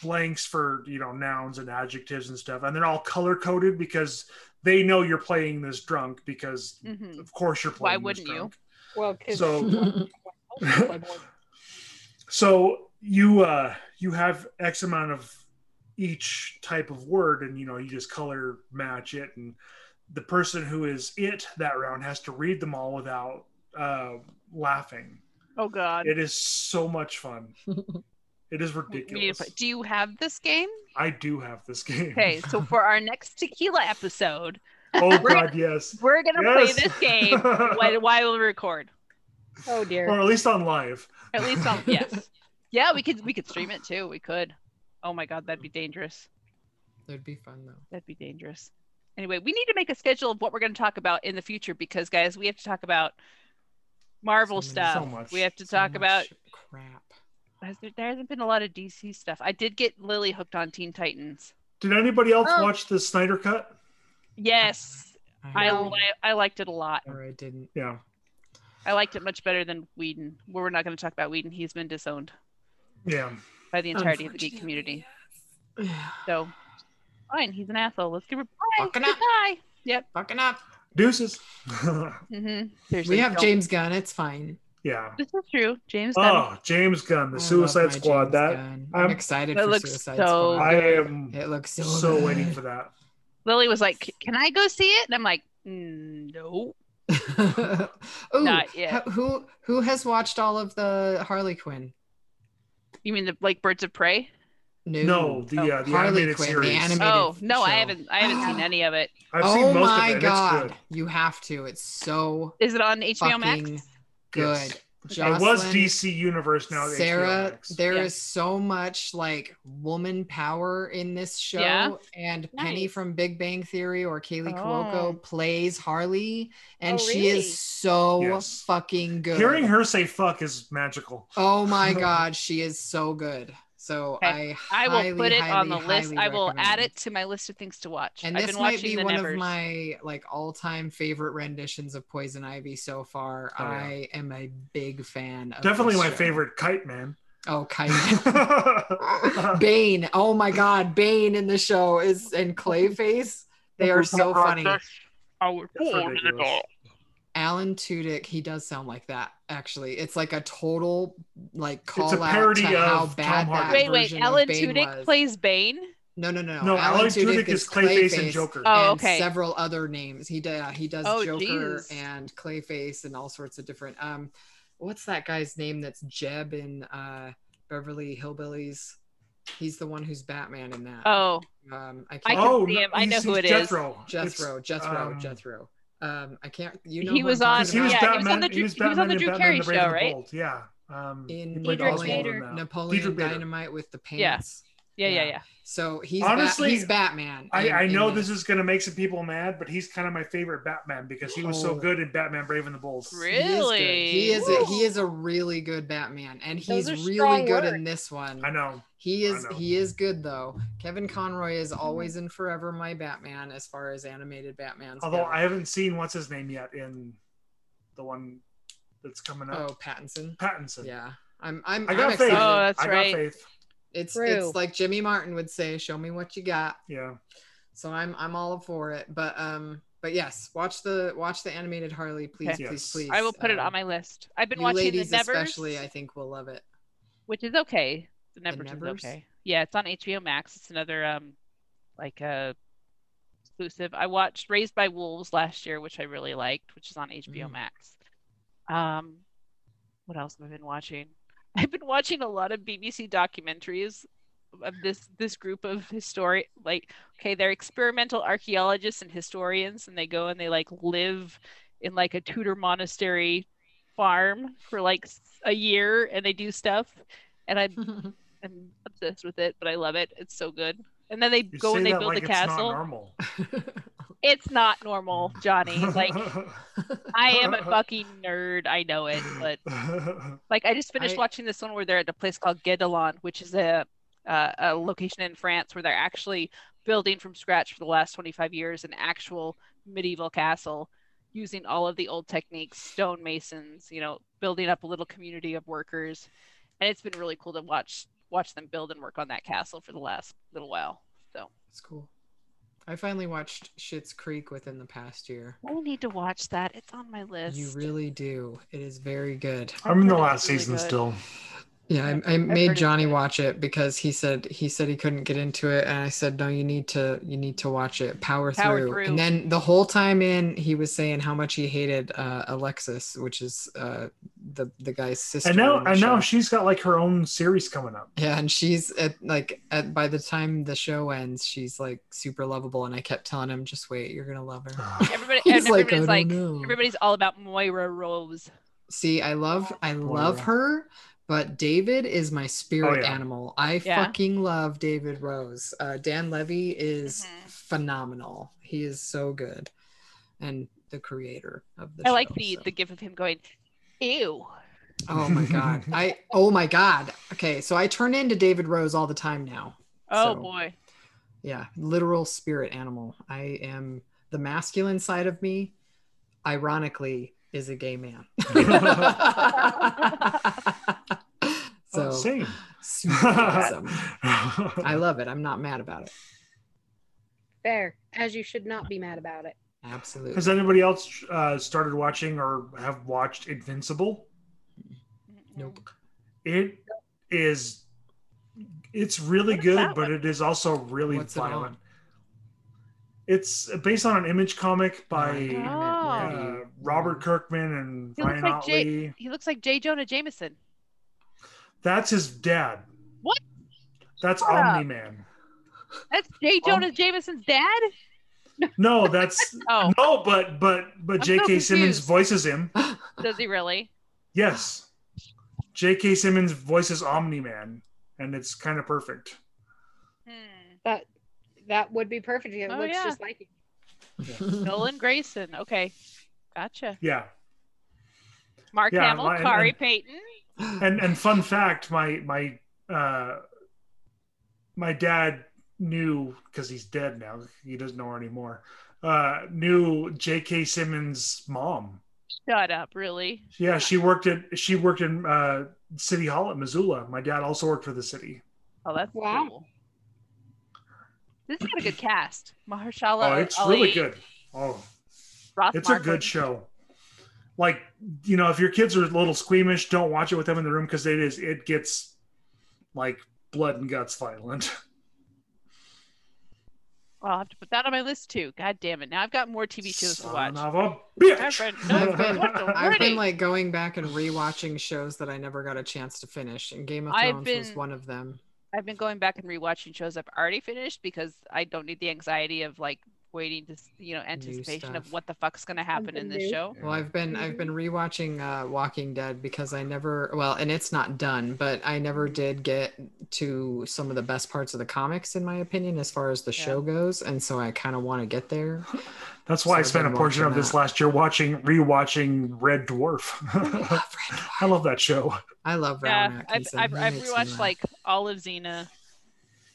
S4: blanks for, you know, nouns and adjectives and stuff, and they're all color coded because they know you're playing this drunk because
S3: hmm
S4: of course you're
S3: Why
S4: playing. this
S3: wouldn't you?
S4: drunk.
S5: well, Oh, because [laughs]
S4: So [laughs] so you uh you have X amount of each type of word and you know you just color match it and the person who is it that round has to read them all without uh laughing.
S3: Oh god.
S4: It is so much fun. It is
S3: We need to
S4: ridiculous.
S3: play- Do you have
S2: [laughs]
S3: this game?
S4: I do have this game.
S3: Okay, so for our next tequila episode,
S4: [laughs] Oh
S3: We're-
S4: god, yes.
S3: we're gonna
S4: Yes.
S3: play this
S4: [laughs]
S3: game while, while we record.
S5: Oh dear.
S4: Or at least on live.
S3: At least
S4: [laughs]
S3: on yes. Yeah, we could we could stream it too. We could. Oh my god, that'd be dangerous.
S2: That'd be fun though.
S3: That'd be dangerous. Anyway, we need to make a schedule of what we're going to talk about in the future because, guys, we have to talk about Marvel
S2: So many- so
S3: stuff.
S4: much,
S3: we have to
S2: So
S3: talk
S2: much
S3: about.
S2: crap.
S3: Has there, there hasn't been a lot of DC stuff. I did get Lily hooked on Teen Titans.
S4: Did anybody else
S3: Oh.
S4: watch the Snyder cut?
S3: Yes,
S2: [laughs]
S3: I,
S2: haven't-
S3: li- I liked it a lot.
S2: or I didn't. [sighs]
S4: Yeah.
S3: I liked it much better than Whedon. Well, we're not going to talk about Whedon. He's been disowned
S4: Yeah.
S3: by the entirety of the geek community. So, fine. He's an asshole. Let's give her bye.
S2: Fucking up.
S3: Goodbye. Yep.
S2: Fucking up.
S4: Deuces. [laughs]
S3: Mm-hmm. Seriously.
S2: We have
S3: don't.
S2: James Gunn. It's fine.
S4: yeah.
S3: This is true. James Gunn.
S4: Oh, James Gunn,
S2: I
S4: the
S2: love my
S4: Suicide Squad.
S2: James
S4: That
S2: Gunn. I'm,
S4: I'm-
S2: excited
S3: That
S2: for
S3: looks
S2: Suicide
S3: so
S2: Squad.
S4: I am
S2: It looks so.
S4: so
S2: good.
S4: waiting for that.
S3: Lily was like, "Can I go see it?" And I'm like, "Mm, "No."
S2: [laughs] oh,
S3: Not yet.
S2: who who has watched all of the Harley Quinn?
S3: You mean the like Birds of Prey?
S4: No, the uh, the
S2: Oh, Harley
S4: animated
S2: Quinn, the
S4: series.
S2: animated- Animated
S3: Oh no, I
S2: show.
S3: haven't. I
S2: [gasps]
S3: haven't seen any of it.
S4: I've
S2: oh
S4: seen most
S2: my
S4: of it.
S2: god!
S4: It's
S2: You have to. It's so
S3: Is it on HBO Max?
S2: fucking
S4: good.
S2: good.
S4: Yes. It was
S2: Jocelyn,
S4: DC Universe now. That
S2: Sarah,
S4: HBO Max.
S2: there is
S3: Yeah.
S2: so much like woman power in this show,
S3: Yeah?
S2: and Penny
S3: Nice.
S2: from Big Bang Theory or Kaylee
S3: Oh.
S2: Cuoco plays Harley, and
S5: Oh,
S2: she
S5: really?
S2: is so
S4: Yes.
S2: fucking good.
S4: Hearing her say "fuck" is magical.
S2: Oh
S4: [laughs]
S2: my god, she is so good. So
S3: Okay,
S2: I,
S3: I will
S2: highly,
S3: put it
S2: highly,
S3: on the list.
S2: highly
S3: I will add
S2: recommend.
S3: it to my list of things to watch.
S2: And
S3: I've
S2: this
S3: been
S2: might
S3: watching
S2: be
S3: the
S2: one
S3: Nevers.
S2: of my like all-time favorite renditions of Poison Ivy so far.
S4: Oh, yeah.
S2: I am a big fan. Of
S4: Definitely
S2: this
S4: my
S2: show.
S4: favorite kite man.
S2: Oh, Kite.
S4: Uh-huh. [laughs]
S2: Bane. Oh my God, Bane in the show is and Clayface. They are so funny.
S3: Oh,
S4: ridiculous.
S2: Alan Tudyk, he does sound like that. Actually, it's like a total like call
S4: a
S2: out
S4: parody
S2: to how
S4: of
S2: bad
S4: Tom Hardy.
S2: that
S3: Wait, wait.
S2: version of
S3: Alan
S2: Bane
S3: Tudyk
S2: was.
S3: plays Bane.
S2: No, no, no,
S4: No, Alan Tudyk is Clayface and Joker.
S3: Oh,
S2: and
S3: okay.
S2: several other names. He does. he does
S3: Oh,
S2: Joker
S3: geez.
S2: and Clayface and all sorts of different. Um, what's that guy's name? That's Jeb in uh, Beverly Hillbillies. He's the one who's Batman in that.
S3: Oh,
S2: um, I
S3: I
S2: can't.
S3: can see him. I know who it
S4: it
S3: is.
S4: is. Oh, Jethro.
S2: Jethro,
S4: It's,
S2: Jethro,
S4: um,
S2: Jethro. Um, I can't. You know,
S3: He
S2: who
S3: was
S2: I'm
S3: on-
S2: talking
S4: 'cause he was
S3: Yeah,
S2: about.
S4: Batman.
S3: he was on the Drew- he was on the
S4: in
S3: Drew
S4: Batman
S3: Carey
S4: the Brave and
S3: show,
S4: the
S3: right?
S4: Bold, Yeah. Um,
S2: in
S4: he played
S5: Diedrich
S4: Oswald in
S5: Bader.
S4: that.
S2: Napoleon
S4: Diedrich Bader.
S2: Dynamite with the
S3: Yeah.
S2: pants.
S3: yeah, yeah,
S2: Yeah.
S3: yeah.
S2: So he's honestly
S4: Honestly,
S2: he's Batman.
S4: I,
S2: in-
S4: I
S2: in
S4: know
S2: the-
S4: this is going to make some people mad, but he's kind of my favorite Batman because he was so
S2: Oh.
S4: good in Batman Brave and the Bold.
S3: Really?
S2: He is, good. he is a he
S5: Woo.
S2: is a really good Batman, and
S5: Those
S2: he's
S5: are
S2: really
S5: strong
S2: good in
S5: words.
S2: this one.
S4: I know.
S2: He
S4: I
S2: is
S4: know.
S2: he is good though. Kevin Conroy is always and forever my Batman as far as animated Batman's.
S4: Although
S2: go.
S4: I haven't seen what's his name yet in the one that's coming up.
S2: oh Pattinson,
S4: Pattinson.
S2: yeah, I'm I'm,
S4: I
S2: I
S4: got
S2: am
S4: faith.
S2: excited.
S3: Oh, that's
S4: I got
S3: right.
S4: faith.
S2: it's
S5: True.
S2: it's like Jimmy Martin would say, "Show me what you got."
S4: Yeah.
S2: So I'm I'm all for it. But um, but yes, watch the watch the animated Harley, please,
S3: Okay.
S2: please,
S4: Yes.
S2: please.
S3: I will put it
S2: Um,
S3: on my list. I've been
S2: you
S3: watching the
S2: ladies
S3: Nevers,
S2: especially. I think will love it. [laughs]
S3: which is okay. The Nevers,
S2: Nevers?
S3: is okay. Yeah, it's on HBO Max. It's another um, like uh, exclusive. I watched Raised by Wolves last year, which I really liked, which is on HBO
S2: Mm.
S3: Max. Um, what else have I been watching? [laughs] I've been watching a lot of BBC documentaries of this this group of historic like okay they're experimental archaeologists and historians and they go and they like live in like a Tudor monastery farm for like s- a year and they do stuff and I I'm obsessed with it but I love it it's so good and then they
S4: You
S3: go
S4: say
S3: and they
S4: that
S3: build
S4: like
S3: the
S4: it's
S3: castle
S4: Not normal.
S3: it's not normal
S4: [laughs]
S3: Johnny like I am a fucking nerd I know it but Like I just finished
S2: I-
S3: watching this one where they're at a place called Guédelon, which is a uh, a location in France where they're actually building from scratch for the last 25 years an actual medieval castle using all of the old techniques, stonemasons, you know, building up a little community of workers. And it's been really cool to watch watch them build and work on that castle for the last little while. So
S2: It's cool. I finally watched Shit's Creek within the past year.
S3: I need to watch that. It's on my list.
S2: You really do. It is very good.
S4: I'm in the
S3: heard it's
S4: last
S3: really
S4: season
S3: good.
S4: still.
S2: Yeah,
S3: I've-
S2: I, I
S3: I've heard
S2: made
S3: it's
S2: Johnny
S3: good.
S2: watch it because he said he said he couldn't get into it, and I said no, you need to you need to watch it. Power through.
S3: Power through.
S2: And then the whole time in, he was saying how much he hated uh, Alexis, which is uh, the the guy's sister.
S4: And now,
S2: in the
S4: and now
S2: show.
S4: she's got like her own series coming up.
S2: Yeah, and she's at like at by the time the show ends, she's like super lovable, and I kept telling him, just wait, you're gonna love her. [laughs]
S3: Everybody,
S2: He's
S3: and
S2: like, I
S3: everybody's
S2: don't
S3: like,
S2: know.
S3: everybody's all about Moira Rose.
S2: See, I love I love
S4: Moira.
S2: her, but David is my spirit
S4: Oh, yeah.
S2: animal. I
S3: Yeah.
S2: fucking love David Rose. Uh, Dan Levy is
S3: Mhm.
S2: phenomenal. He is so good, and the creator of the
S3: I like
S2: show,
S3: the
S2: so.
S3: the gif of him going, ew.
S2: oh my
S4: [laughs]
S2: god I oh my god okay so I turn into David Rose all the time now.
S3: Oh
S2: So-
S3: boy.
S2: Yeah, literal spirit animal. I am the masculine side of me, ironically, is a gay
S4: [laughs]
S2: man. [laughs]
S4: Oh,
S2: so
S4: same.
S2: super [laughs]
S4: [laughs]
S2: awesome. I love it. I'm not mad about it.
S5: Fair, as you should not be mad about it.
S2: Absolutely.
S4: Has anybody else uh, started watching or have watched Invincible?
S2: Nope.
S4: It is. It's really
S3: What is
S4: good,
S3: that
S4: but
S3: one?
S4: it is also really
S2: What's it on?
S4: violent. It's based on an image comic
S2: Nine
S4: by
S2: minute
S3: Oh.
S4: uh,
S2: ready.
S4: Robert Kirkman and
S3: He looks
S4: Ryan
S3: like Jay-
S4: Otley.
S3: He looks like J. Jonah Jameson.
S4: That's his dad.
S3: What?
S4: That's
S3: Shut up.
S4: Omni Man.
S3: That's J.
S4: Oh.
S3: Jonah Jameson's dad.
S4: No, that's
S3: [laughs] Oh,
S4: no, but but but
S3: I'm so
S4: J.K. Simmons
S3: confused.
S4: voices him.
S3: does he really?
S4: Yes. J.K. Simmons voices Omni Man, and it's kind of perfect.
S3: Hmm.
S5: But that would be perfect. It
S3: Oh,
S5: looks
S3: yeah.
S5: just like it.
S3: Nolan Grayson. Okay, gotcha.
S4: Yeah.
S3: Mark
S4: Yeah,
S3: Hamill,
S4: mine-
S3: Kari
S4: and-
S3: Payton.
S4: [laughs] And and fun fact, my my uh my dad knew because he's dead now. He doesn't know her anymore. Uh knew J.K. Simmons' mom.
S3: Shut up, really?
S4: Yeah, she worked at she worked in uh City Hall at Missoula. My dad also worked for the city.
S3: Oh, that's
S5: Wow.
S3: cool. This has got a good cast. Mahershala.
S4: Oh, it's
S3: Ali,
S4: really good. Oh,
S3: Ross
S4: it's a
S3: Marquand.
S4: good show. Like you know, if your kids are a little squeamish, don't watch it with them in the room because it is it gets like blood and guts violent.
S3: Well, I'll have to put that on my list too. God damn it! Now I've got more TV shows to
S4: Son
S3: watch.
S4: of a bitch.
S3: My friend- no,
S2: been-
S3: what
S4: [laughs]
S3: the
S2: I've
S3: Already?
S2: been like going back and rewatching shows that I never got a chance to finish, and Game of
S3: I've
S2: Thrones was
S3: been-
S2: one of them.
S3: I've been going back and rewatching shows I've already finished because I don't need the anxiety of like waiting to s- you know anticipation of
S2: stuff.
S3: what the fuck's gonna happen in
S5: Something
S3: this
S5: new.
S3: show.
S2: Well, I've been I've been rewatching uh, Walking Dead because I never well, and it's not done, but I never did get to some of the best parts of the comics, in my opinion, as far as the
S3: Yeah.
S2: show goes, and so I kind of want to get
S4: [laughs]
S2: there.
S4: That's why
S2: So
S4: I
S2: I've
S4: spent a
S2: been
S4: portion
S2: watching
S4: of this
S2: that.
S4: last year watching rewatching Red
S2: I
S4: Dwarf. [laughs]
S2: love Red Dwarf.
S4: I love that show.
S2: I love Rowan
S3: Yeah, I've,
S2: Atkinson.
S3: I've,
S2: He
S3: I've
S2: makes me
S3: rewatched
S2: laugh.
S3: like all of Xena,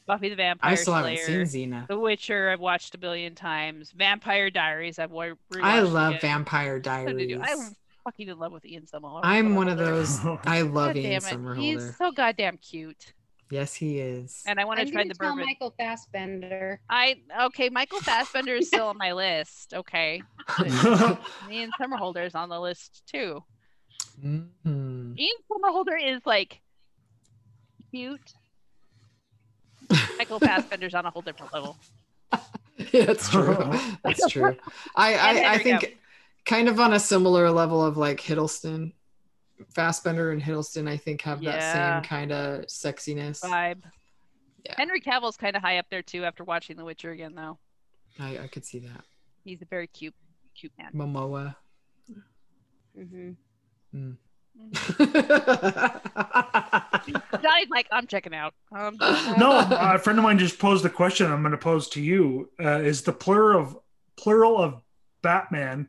S3: Buffy the Vampire
S2: I still
S3: Slayer,
S2: haven't seen Xena.
S3: The Witcher. I've watched a billion times. Vampire Diaries. I've wa- rewatched.
S2: I love
S3: again.
S2: Vampire
S3: So did
S2: Diaries.
S3: you. I'm fucking in love with Ian Somerhalder.
S2: I'm one of those.
S4: I
S2: [laughs] I love
S3: God
S2: Ian
S3: damn
S2: Somerhalder.
S3: it. He's so goddamn cute,
S2: Yes, he
S3: [laughs]
S2: is.
S3: and I want to
S5: I'm
S3: try
S5: going
S3: the
S5: to tell
S3: bourbon.
S5: Michael Fassbender.
S3: I okay. Michael Fassbender is still
S5: [laughs]
S3: on my list. Okay,
S2: [laughs]
S3: Ian Somerhalder is on the list too.
S2: Mhm.
S3: Ian Somerhalder is like cute. Michael Fassbender's on a whole different level.
S2: That's
S3: [laughs]
S2: true. That's true. I
S3: And
S2: I, I
S3: Henry
S2: think kind of on a similar level of like Hiddleston, Fassbender and Hiddleston. I think have
S3: Yeah.
S2: that same kind of sexiness. I,
S3: Vibe.
S2: Yeah.
S3: Henry Cavill's kind of high up there too. After watching The Witcher again, though,
S2: I could see that.
S3: he's a very cute, cute man. [laughs]
S2: Momoa. [laughs]
S5: hmm
S3: Johnny's like, I'm checking out. Um,
S4: no, a friend of mine just posed the question. I'm going to pose to you: uh, Is the plural of plural of Batman,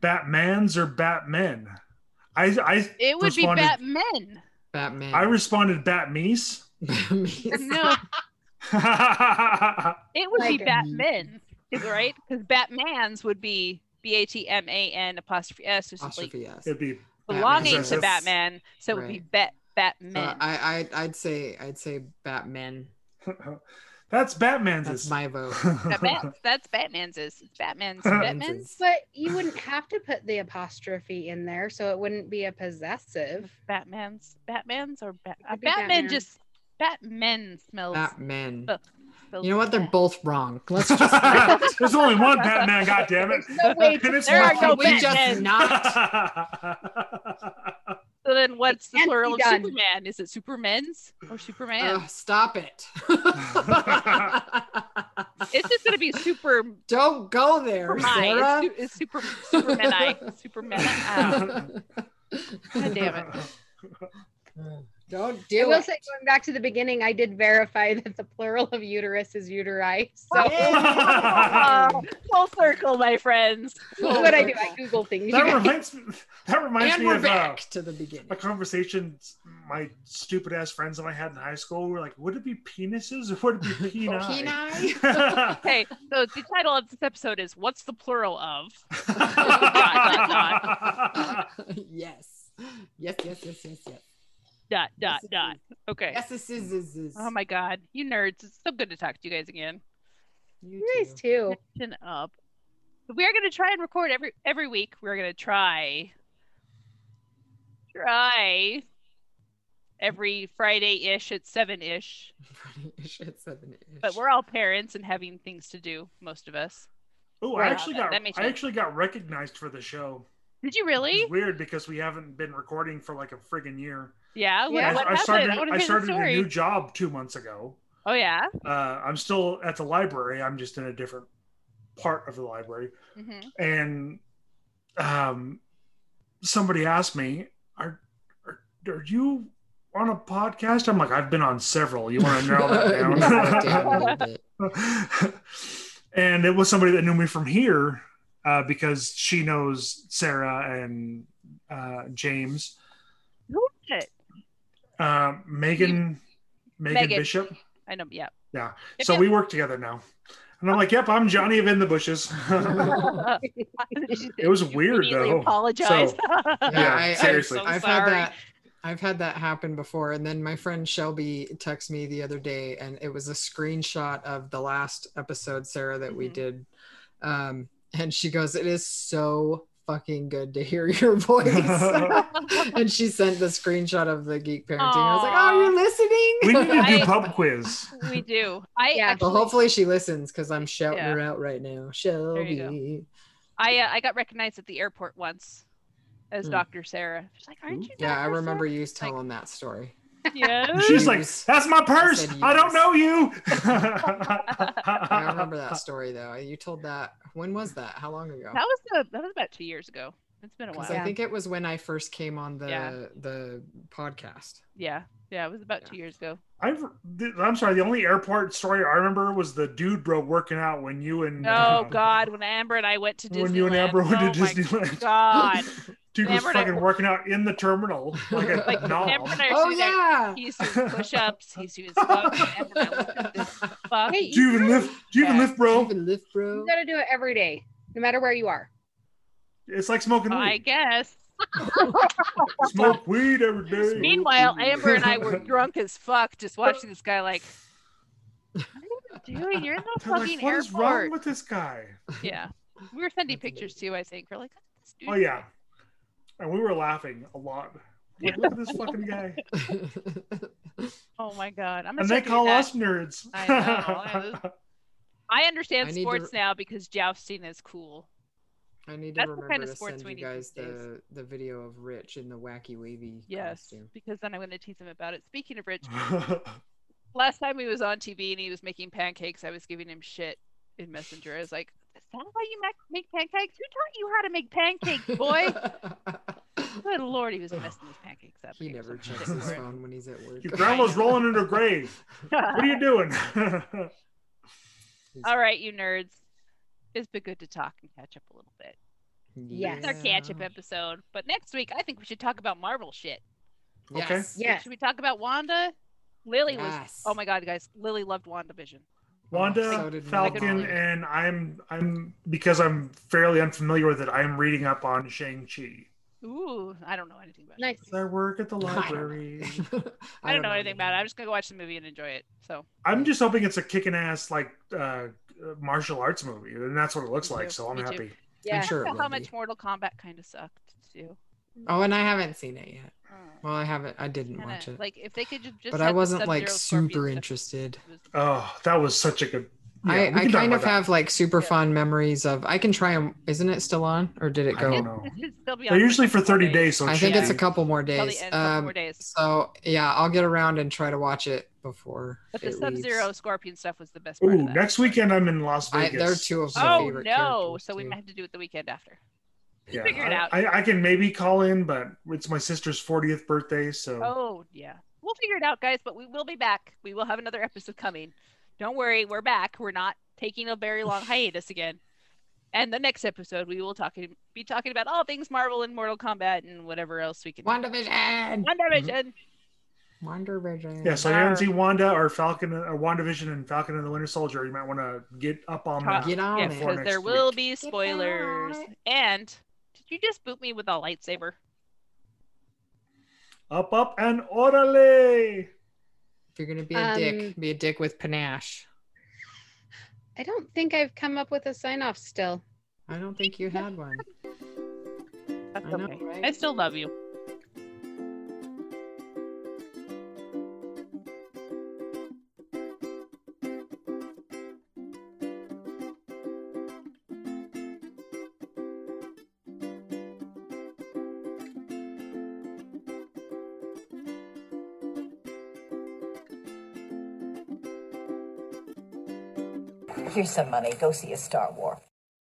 S4: Batmans or Batmen? I I
S3: it would be
S4: Responded-
S3: Batman.
S2: Batman. [laughs]
S4: I responded Batmees.
S3: No, it would be
S5: Like a-
S3: Batman, right? Because Batman's would be B A T M A N apostrophe S, which is like
S2: Apostrophe yes.
S4: [laughs] It'd be
S3: belonging
S4: Batman.
S3: to Batman, so it would be Bet
S2: Uh,
S3: Batman.
S2: I I I'd say I'd say Batman.
S4: that's Batman's.
S2: That's
S4: [laughs]
S2: my vote. [laughs]
S3: Batman, that's Batman's is it's Batman's Batman's
S2: Batman's.
S5: But you wouldn't have to put the apostrophe in there, so it wouldn't be a possessive.
S3: Batman's Batman's or Bat- uh,
S5: could be
S3: Batman,
S5: Batman.
S3: just Batman smells.
S2: Batman.
S3: But- smells
S2: You know what? They're
S3: bad.
S2: both wrong.
S4: [laughs]
S2: Let's just
S4: There's only one Batman. God damn it!
S5: There's no way
S4: And it's
S3: There
S4: one
S3: are no
S4: fucking-
S2: we just
S3: Batman. [laughs]
S4: [laughs]
S2: not.
S3: So then, what's the
S5: can't be
S3: plural of
S5: done.
S3: Superman? Is it Supermen's or Superman?
S2: Ugh, stop it. [laughs]
S3: it's just gonna be super.
S2: Don't go
S3: [laughs]
S2: there,
S3: Superman.
S2: Sarah.
S3: It's, su- it's super Superman. I
S2: [laughs]
S3: Superman. I. God damn it.
S2: Don't
S5: I
S2: do
S5: will
S2: it.
S5: say, going back to the beginning, I did verify [laughs] that the plural of uterus is uteri.
S3: [laughs]
S5: So [laughs]
S2: [laughs]
S4: Yeah.
S3: Oh, full circle, my friends.
S5: that's what I do. I Google things. [laughs] you
S4: that
S5: guys.
S4: reminds that reminds
S2: and
S4: me
S2: we're
S4: of uh,
S2: back to the beginning.
S4: a conversation my stupid ass friends that I had in high school were like, would it be penises or would it be peni?
S2: Kenai?
S3: [laughs]
S4: [laughs]
S3: Okay, so the title of this episode is "What's the plural of?"
S2: [laughs] yes. Yes, yes, yes, yes, yes.
S3: Dot dot dot. Okay.
S2: Yes, this is, is, is.
S3: Oh my god, you nerds! It's so good to talk to you guys again.
S2: You
S5: You guys
S2: too.
S5: too.
S3: Chin up. We are going to try and record every every week. We're going to try, try every Friday ish at seven ish.
S2: Friday-ish at seven-ish.
S3: But
S2: [laughs]
S3: we're all parents and having things to do. Most of us.
S4: Oh, I
S3: Right.
S4: actually got
S3: That makes
S4: I
S3: sense.
S4: actually got recognized for the show.
S3: Did you really?
S4: It's weird because we haven't been recording for like a friggin' year.
S3: Yeah. What,
S5: Yeah.
S3: what
S4: I, I
S3: happened?
S4: started
S3: I want to hear
S4: I
S3: the
S4: started a
S3: story.
S4: new job two months ago.
S3: Oh yeah.
S4: Uh, I'm still at the library. I'm just in a different part of the library.
S3: hmm
S4: and um, somebody asked me, are, "Are are you on a podcast?" I'm like, "I've been on several. You want to narrow
S2: [laughs]
S4: that
S2: Damn
S4: [laughs] down?"
S2: it,
S3: [laughs]
S2: bit.
S4: [laughs] and it was somebody that knew me from here uh, because she knows Sarah and uh, James,
S3: Who is it?
S4: uh, Megan, Megan,
S3: Megan.
S4: Bishop.
S3: I know. Yeah.
S4: Yeah.
S3: Yep, [laughs]
S4: so
S3: yep.
S4: we work together now. And I'm like, yep, I'm Johnny of In the Bushes. [laughs] it was weird
S3: immediately
S4: though.
S3: apologize.
S4: So-
S2: Yeah, I,
S4: Yeah,
S2: I-
S4: seriously.
S2: I've
S3: Sorry.
S2: had that. I've had that happen before, and then my friend Shelby texted me the other day, and it was a screenshot of the last episode, Sarah, that we
S3: Mhm.
S2: did, um, and she goes, "It is so fucking good to hear your [laughs] voice,"
S4: [laughs]
S2: and she sent the screenshot of the geek parenting. and I was like,
S3: Aw.
S2: "Oh, you're listening."
S4: we need to
S3: [laughs]
S4: do
S3: I-
S4: pub quiz.
S3: [laughs] we do. I
S5: Yeah.
S3: actually,
S2: well, hopefully she listens because I'm shouting
S3: Yeah.
S2: her out right now.
S3: you go.
S2: Shelby.
S3: I uh, I got recognized at the airport once as
S2: Hmm.
S3: Dr. Sarah. She's like,
S4: Hmm?
S3: "Aren't you?"
S2: Yeah, I
S3: Dr.
S2: remember
S3: Sarah?"
S2: you telling that
S3: [laughs]
S2: story.
S4: [laughs]
S3: Yeah.
S4: She's like,
S2: Use.
S4: that's my purse.
S2: said
S4: I don't
S2: use.
S4: know you.
S2: I don't remember that story though. You told that. When was that? How long ago?
S3: that was uh that was about two years ago. It's been a
S2: Because
S3: while.
S2: I think it was when I first came on the
S3: Yeah.
S2: the podcast.
S3: yeah, yeah, it was about
S2: Yeah.
S3: two years
S4: [laughs]
S3: ago.
S4: [laughs] I've, th- I'm sorry. The only airport story I remember was the dude bro working out when you and uh,
S3: Oh God, when Amber and I went to Disneyland.
S4: when you and Amber went
S3: oh,
S4: to
S3: my
S4: Disneyland. [laughs]
S3: God,
S4: [laughs] Dude was
S3: Amber and I-
S4: fucking working out in the terminal like a
S3: [laughs] like
S4: knob.
S3: Amber and I
S2: Oh
S3: are sitting there.
S2: yeah.
S3: He's doing push-ups. He's
S4: [laughs]
S3: doing squats. and Amber and I looked at this
S2: [laughs]
S3: fuck.
S5: Hey,
S4: Do you even lift? Do you even
S3: Yeah.
S4: lift, bro?
S2: Even lift, bro.
S5: You gotta do it every day, no matter where you are.
S4: It's like smoking
S3: I
S4: weed.
S3: guess.
S4: Smoke weed every day.
S3: Meanwhile, Amber and
S2: [laughs]
S3: I
S4: [laughs]
S3: were drunk as fuck, just watching this guy. Like, what
S4: [laughs]
S3: are you doing? You're in the
S4: They're
S3: fucking
S4: like, what is wrong
S3: airport.
S4: with this guy?
S3: yeah, we were sending
S2: That's
S3: pictures too. I think we're like, "Look at this dude."
S4: Oh yeah, and we were laughing a lot. Like,
S3: [laughs]
S4: look at this fucking guy.
S3: Oh my god, I'm gonna
S4: and they
S3: start doing
S4: call
S3: that.
S4: us nerds.
S3: I know, I understand
S2: I need to
S3: sports
S2: re-
S3: now because jousting is cool.
S2: I need to
S3: That's the
S2: remember
S3: kind of
S2: to
S3: sports
S2: send
S3: we
S2: you
S3: need
S2: guys
S3: these days.
S2: the the video of Rich in the wacky wavy
S3: Yes,
S2: costume.
S3: because then I'm gonna tease him about it. Speaking of Rich, last time he was on TV and he was making pancakes, I was giving him shit in Messenger. I was like, "Is that how you mac- make pancakes? Who taught you how to make pancakes, boy?" [laughs]
S2: [laughs]
S3: Good lord, he was messing his pancakes up.
S2: he
S3: He was
S2: never
S3: like, "Shit,
S2: checks his
S3: we're-
S2: phone when he's at work.
S4: Your [laughs] grandma's rolling
S2: [laughs]
S4: in her grave. What are you doing?
S3: [laughs]
S4: [laughs]
S3: All right, you nerds. It's been good to talk and catch up a little bit.
S5: Yes.
S3: It's our catch up episode. But next week, I think we should talk about Marvel shit.
S4: Okay.
S2: Yes.
S5: Yes.
S3: Should we talk about Wanda? Lily was.
S2: Yes. [laughs]
S3: Oh my God, guys. Lily loved WandaVision.
S4: Wanda,
S2: So did
S4: Falcon,
S2: Mom.
S4: and I'm I'm because I'm fairly unfamiliar with it. I'm reading up on Shang Chi.
S3: Ooh, I don't know anything about
S5: Nice.
S3: it.
S4: I work at the
S2: I don't know.
S4: library.
S2: [laughs]
S3: I don't know anything about it. I'm just going to watch the movie and enjoy it. So,
S4: I'm just hoping it's a kicking ass like uh, martial arts movie, and that's what it looks
S3: Me
S4: like.
S3: too.
S4: So I'm
S3: Me too.
S4: happy.
S5: Yeah.
S2: I'm sure it
S3: how
S2: will
S3: much
S2: be.
S3: Mortal Kombat kind of sucked, too.
S2: Oh, and I haven't seen it yet.
S3: Uh,
S2: Well, I haven't. I didn't
S3: kinda-
S2: watch it,
S3: Like, if they could ju- just.
S2: but I
S3: have the
S2: wasn't like
S3: Sub-Zero Scorpion
S2: super
S3: stuff,
S2: interested.
S3: it [laughs] was-
S4: Oh, that was such a good. yeah, we
S2: I, I
S4: can talk
S2: kind
S4: about
S2: of
S4: that.
S2: have like super
S3: Yeah.
S2: fond memories of. I can try them. Isn't it still on, or did it
S4: I
S2: go?
S4: don't know.
S3: [laughs] It'd still be on
S4: They're
S3: for
S4: usually for
S3: couple
S4: 30 days, so it
S2: I think
S4: should
S2: it's a
S4: be-
S2: couple more
S3: Till the
S2: days.
S3: end, couple
S2: Um,
S3: more days.
S2: so yeah, I'll get around and try to watch it before.
S3: But the
S2: it
S3: Sub
S2: leaves.
S3: Zero Scorpion stuff was the best part.
S4: Ooh,
S3: of that.
S4: next weekend I'm in Las
S2: I-
S4: Vegas.
S2: they're two of my
S3: Oh
S2: favorite
S3: no!
S2: characters,
S3: So we
S2: too.
S3: might have to do it the weekend after.
S4: Yeah.
S3: figure it
S4: I-
S3: out.
S4: I, I can maybe call in, but it's my sister's 40th birthday, so
S3: Oh yeah, we'll figure it out, guys. But we will be back. We will have another episode coming. Don't worry, we're back. We're not taking a very [laughs] long hiatus again. And the next episode, we will talking be talking about all things Marvel and Mortal Kombat and whatever else we can.
S2: WandaVision.
S3: WandaVision.
S2: Wonder Vision.
S4: Yeah, so if you haven't seen Wanda or Falcon or WandaVision and Falcon and the Winter Soldier, you might want to get up on
S3: Top-
S4: that.
S2: Get on
S3: Yeah,
S2: it.
S4: before
S3: because there
S4: next
S3: will
S4: week.
S3: be
S6: down
S3: spoilers.
S6: on it.
S3: And did you just boot me with a lightsaber?
S4: Up, up, and orderly.
S2: If you're gonna be a
S5: Um,
S2: dick, be a dick with panache.
S5: I don't think I've come up with a sign off still.
S2: I don't think you had one.
S3: That's
S4: Mm-hmm.
S2: I know,
S3: okay.
S2: right?
S3: I still love you.
S8: Here's some money. Go see a Star War.